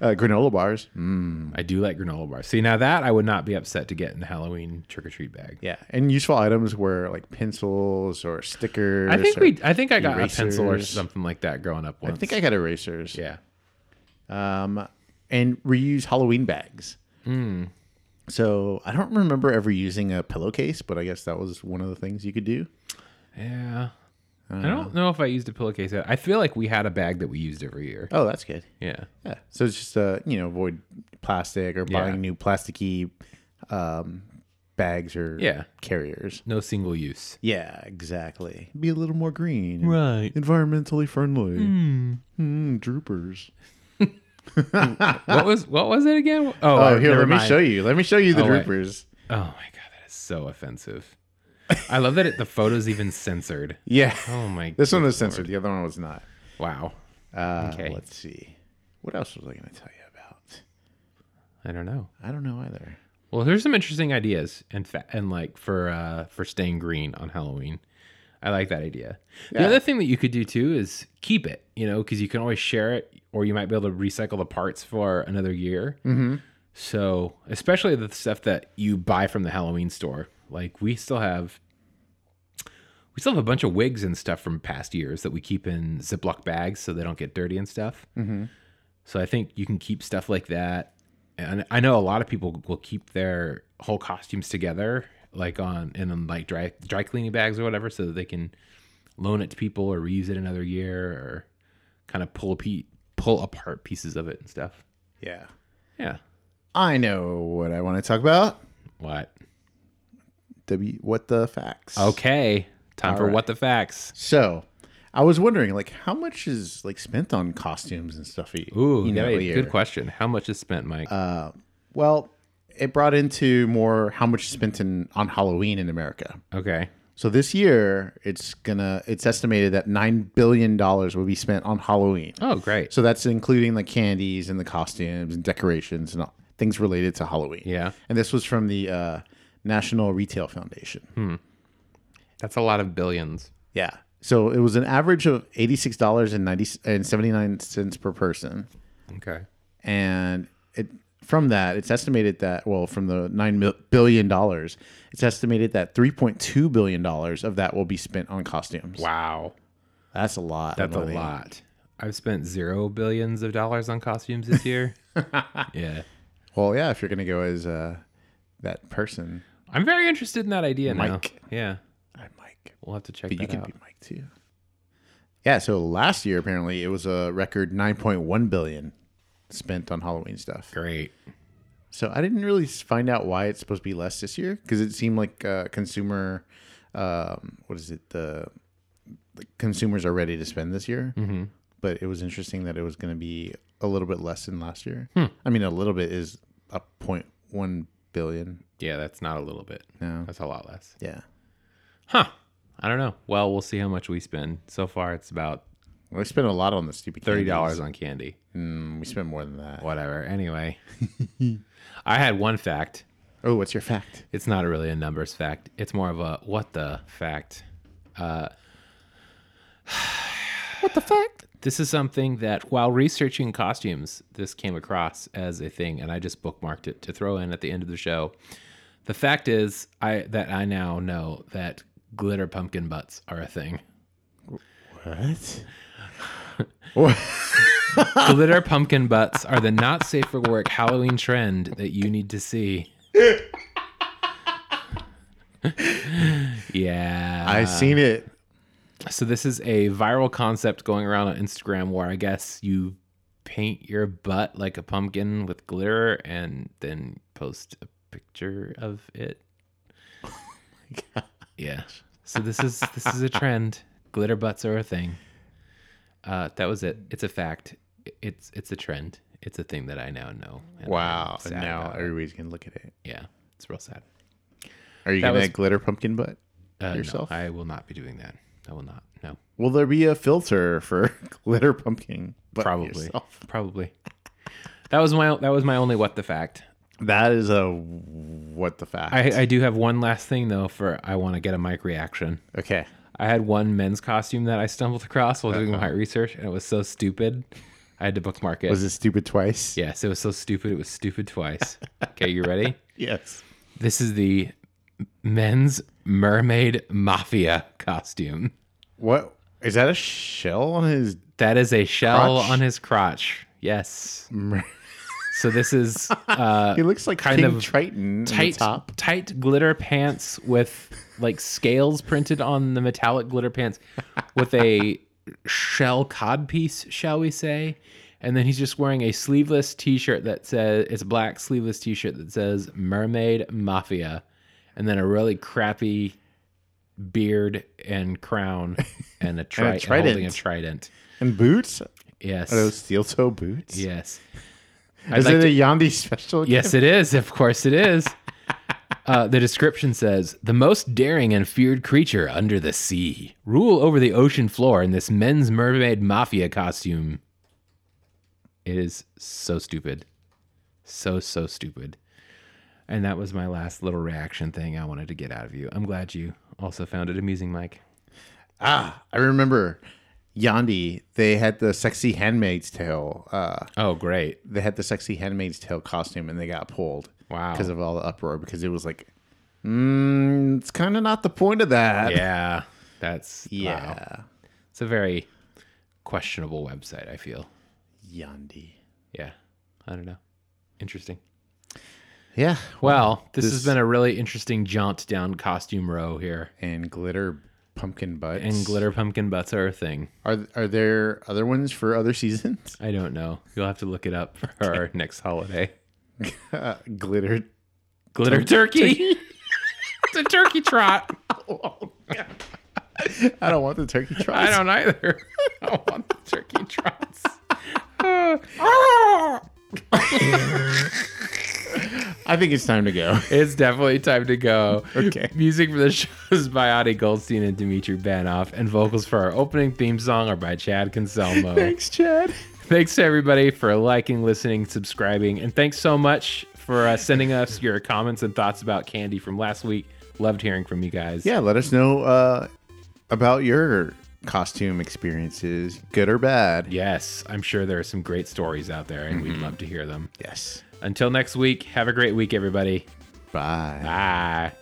Speaker 2: Uh, granola bars. Mm,
Speaker 1: I do like granola bars. See, now that I would not be upset to get in the Halloween trick or treat bag.
Speaker 2: yeah, and useful items were like pencils or stickers.
Speaker 1: I think
Speaker 2: or-
Speaker 1: we, I think I got a pencil or
Speaker 2: erasers.
Speaker 1: something like that growing up.
Speaker 2: I
Speaker 1: Once.
Speaker 2: think I got erasers.
Speaker 1: yeah,
Speaker 2: um, and reuse Halloween bags.
Speaker 1: Hmm.
Speaker 2: So I don't remember ever using a pillowcase, but I guess that was one of the things you could do.
Speaker 1: yeah. I don't know if I used a pillowcase. I feel like we had a bag that we used every year.
Speaker 2: Oh, that's good.
Speaker 1: Yeah.
Speaker 2: Yeah. So it's just uh, you know, avoid plastic or buying
Speaker 1: Yeah.
Speaker 2: new plasticky um, bags or
Speaker 1: Yeah.
Speaker 2: carriers.
Speaker 1: No single use.
Speaker 2: Yeah, exactly. Be a little more green. and
Speaker 1: Right. Hmm.
Speaker 2: Environmentally friendly. Mm, droopers.
Speaker 1: what was what was it again? Oh,
Speaker 2: Oh,
Speaker 1: I-
Speaker 2: here,
Speaker 1: never
Speaker 2: let me
Speaker 1: mind.
Speaker 2: show you. Let me show you the
Speaker 1: Oh, wait.
Speaker 2: droopers.
Speaker 1: Oh my god, that is so offensive. I love that it, the photo's even censored.
Speaker 2: Yeah.
Speaker 1: Oh my.
Speaker 2: This one was censored. The other one was not.
Speaker 1: Wow.
Speaker 2: Uh,
Speaker 1: Okay.
Speaker 2: Let's see. What else was I going to tell you about?
Speaker 1: I don't know.
Speaker 2: I don't know either.
Speaker 1: Well, here's some interesting ideas and fa- and like for uh for staying green on Halloween. I like that idea. The
Speaker 2: Yeah.
Speaker 1: other thing that you could do too is keep it, you know, because you can always share it, or you might be able to recycle the parts for another year. Mm-hmm. So, especially the stuff that you buy from the Halloween store, like we still have, we still have a bunch of wigs and stuff from past years that we keep in Ziploc bags so they don't get dirty and stuff. So I think you can keep stuff like that. And I know a lot of people will keep their whole costumes together, like on in um, like dry dry cleaning bags or whatever, so that they can loan it to people or reuse it another year or kind of pull a pe- pull apart pieces of it and stuff.
Speaker 2: Yeah.
Speaker 1: Yeah.
Speaker 2: I know what I want to talk about.
Speaker 1: What?
Speaker 2: W. What the facts?
Speaker 1: Okay. Time for
Speaker 2: right.
Speaker 1: what the facts.
Speaker 2: So, I was wondering, like, how much is like spent on costumes and stuff? y-
Speaker 1: Ooh,
Speaker 2: you know, Uh,
Speaker 1: good,
Speaker 2: a year?
Speaker 1: good question. How much is spent, Mike?
Speaker 2: Well, it brought into more how much is spent in on Halloween in America.
Speaker 1: okay.
Speaker 2: So this year, it's gonna it's estimated that nine billion dollars will be spent on Halloween.
Speaker 1: Oh, great.
Speaker 2: So that's including the candies and the costumes and decorations and all, things related to Halloween.
Speaker 1: Yeah.
Speaker 2: And this was from the uh, National Retail Foundation.
Speaker 1: Hmm.
Speaker 4: That's a lot of billions.
Speaker 2: Yeah. So it was an average of eighty six dollars and ninety and seventy nine cents per person,
Speaker 1: Okay.
Speaker 2: and it from that it's estimated that well from the nine mil- billion dollars it's estimated that three point two billion dollars of that will be spent on costumes.
Speaker 1: Wow.
Speaker 2: That's a lot. of
Speaker 1: That's a
Speaker 2: money.
Speaker 1: lot. I've spent zero billions of dollars on costumes this year. yeah.
Speaker 2: Well, yeah, if you're gonna go as uh, that person,
Speaker 1: I'm very interested in that idea
Speaker 2: Mike.
Speaker 1: now. Yeah.
Speaker 2: I'm Mike,
Speaker 1: We'll have to check
Speaker 2: but you
Speaker 1: that
Speaker 2: can
Speaker 1: out.
Speaker 2: be Mike too. Yeah. So last year apparently it was a record nine point one billion spent on Halloween stuff.
Speaker 1: Great.
Speaker 2: So I didn't really s- find out why it's supposed to be less this year because it seemed like uh, consumer, um, what is it? The, the consumers are ready to spend this year, mm-hmm. but it was interesting that it was going to be a little bit less than last year. I mean, a little bit is a point one billion.
Speaker 1: Yeah, that's not a little bit.
Speaker 2: No.
Speaker 1: That's a lot less.
Speaker 2: Yeah,
Speaker 1: Huh. I don't know. Well, we'll see how much we spend. So far, it's about
Speaker 2: well, we spent a lot on the stupid
Speaker 1: thirty dollars
Speaker 2: candies.
Speaker 1: on candy.
Speaker 2: Mm, We spent more than that.
Speaker 1: Whatever. Anyway, I had one fact.
Speaker 2: Oh, what's your fact?
Speaker 1: It's not really a numbers fact. It's more of a what the fact. Uh,
Speaker 2: What the fact?
Speaker 1: This is something that while researching costumes, this came across as a thing, and I just bookmarked it to throw in at the end of the show. The fact is, I that I now know that glitter pumpkin butts are a thing.
Speaker 2: What?
Speaker 1: glitter pumpkin butts are the not safe for work Halloween trend that you need to see. yeah.
Speaker 2: I seen it.
Speaker 1: So this is a viral concept going around on Instagram where I guess you paint your butt like a pumpkin with glitter and then post a picture of it. yeah. So this is this is a trend. Glitter butts are a thing. Uh, that was it. It's a fact. It's it's a trend. It's a thing that I now know. And I'm
Speaker 2: Wow.
Speaker 1: sad
Speaker 2: And now
Speaker 1: about it.
Speaker 2: everybody's gonna look at it.
Speaker 1: yeah, it's real sad.
Speaker 2: Are you
Speaker 1: That
Speaker 2: gonna
Speaker 1: was-
Speaker 2: glitter pumpkin butt?
Speaker 1: Uh, no,
Speaker 2: Yourself?
Speaker 1: I will not be doing that. I will not. No.
Speaker 2: Will there be a filter for glitter pumpkin? butt
Speaker 1: probably
Speaker 2: yourself?
Speaker 1: probably that was my that was my only what the fact
Speaker 2: That is a what the fact.
Speaker 1: i i do have one last thing though for i want to get a mic reaction
Speaker 2: okay.
Speaker 1: i had one men's costume that i stumbled across while doing my research and it was so stupid i had to bookmark it
Speaker 2: Uh-huh. Was it stupid twice?
Speaker 1: yes it was so stupid it was stupid twice okay you ready
Speaker 2: Yes.
Speaker 1: this is the men's mermaid mafia costume
Speaker 2: What is that? A shell on his?
Speaker 1: that is a shell
Speaker 2: Crotch?
Speaker 1: on his crotch yes so this is uh
Speaker 2: He looks like
Speaker 1: kind
Speaker 2: King
Speaker 1: of
Speaker 2: Triton. Tight
Speaker 1: tight
Speaker 2: top.
Speaker 1: tight glitter pants with like scales printed on the metallic glitter pants with a shell codpiece, shall we say? And then he's just wearing a sleeveless t-shirt that says it's a black sleeveless t-shirt that says Mermaid Mafia and then a really crappy beard and crown and a, tri- and
Speaker 2: trident.
Speaker 1: holding a trident.
Speaker 2: And boots. Are
Speaker 1: Yes.
Speaker 2: those steel toe boots?
Speaker 1: Yes.
Speaker 2: Is
Speaker 1: like
Speaker 2: it
Speaker 1: to-
Speaker 2: a Yandi special?
Speaker 1: Yes, it is. Of course, it is. Uh, the description says the most daring and feared creature under the sea rule over the ocean floor in this men's mermaid mafia costume. It is so stupid, so so stupid. And that was my last little reaction thing I wanted to get out of you. I'm glad you also found it amusing, Mike.
Speaker 2: Ah, I remember. Yandi. They had the sexy Handmaid's Tale. Uh,
Speaker 1: Oh, great!
Speaker 2: they had the sexy Handmaid's Tale costume, and they got pulled.
Speaker 1: Wow.
Speaker 2: Because of all the uproar. Because it was like, mm, it's kind of not the point of that.
Speaker 1: Yeah, that's yeah.
Speaker 2: Yeah.
Speaker 1: It's a very questionable website. I feel.
Speaker 2: Yandi.
Speaker 1: yeah i don't know interesting
Speaker 2: Yeah.
Speaker 1: well this, has been a really interesting jaunt down costume row here
Speaker 2: And glitter pumpkin butts.
Speaker 1: and glitter pumpkin butts are a thing
Speaker 2: Are are there other ones for other seasons?
Speaker 1: i don't know you'll have to look it up for our next holiday
Speaker 2: Uh, glitter.
Speaker 1: glitter turkey it's a turkey trot
Speaker 2: I don't want the turkey
Speaker 1: i
Speaker 2: trot.
Speaker 1: don't either i want the turkey trots
Speaker 2: I, I think it's time to go.
Speaker 1: It's definitely time to go.
Speaker 2: Okay.
Speaker 1: Music for the show is by Adi Goldstein and Dimitri Banoff, and vocals for our opening theme song are by Chad Conselmo.
Speaker 2: Thanks, Chad.
Speaker 1: Thanks to everybody for liking, listening, subscribing, and thanks so much for uh, sending us your comments and thoughts about candy from last week. Loved hearing from you guys.
Speaker 2: Yeah, let us know uh, about your costume experiences, good or bad.
Speaker 1: Yes, I'm sure there are some great stories out there, and we'd love to hear them.
Speaker 2: Yes.
Speaker 1: Until next week, have a great week, everybody.
Speaker 2: Bye.
Speaker 1: Bye.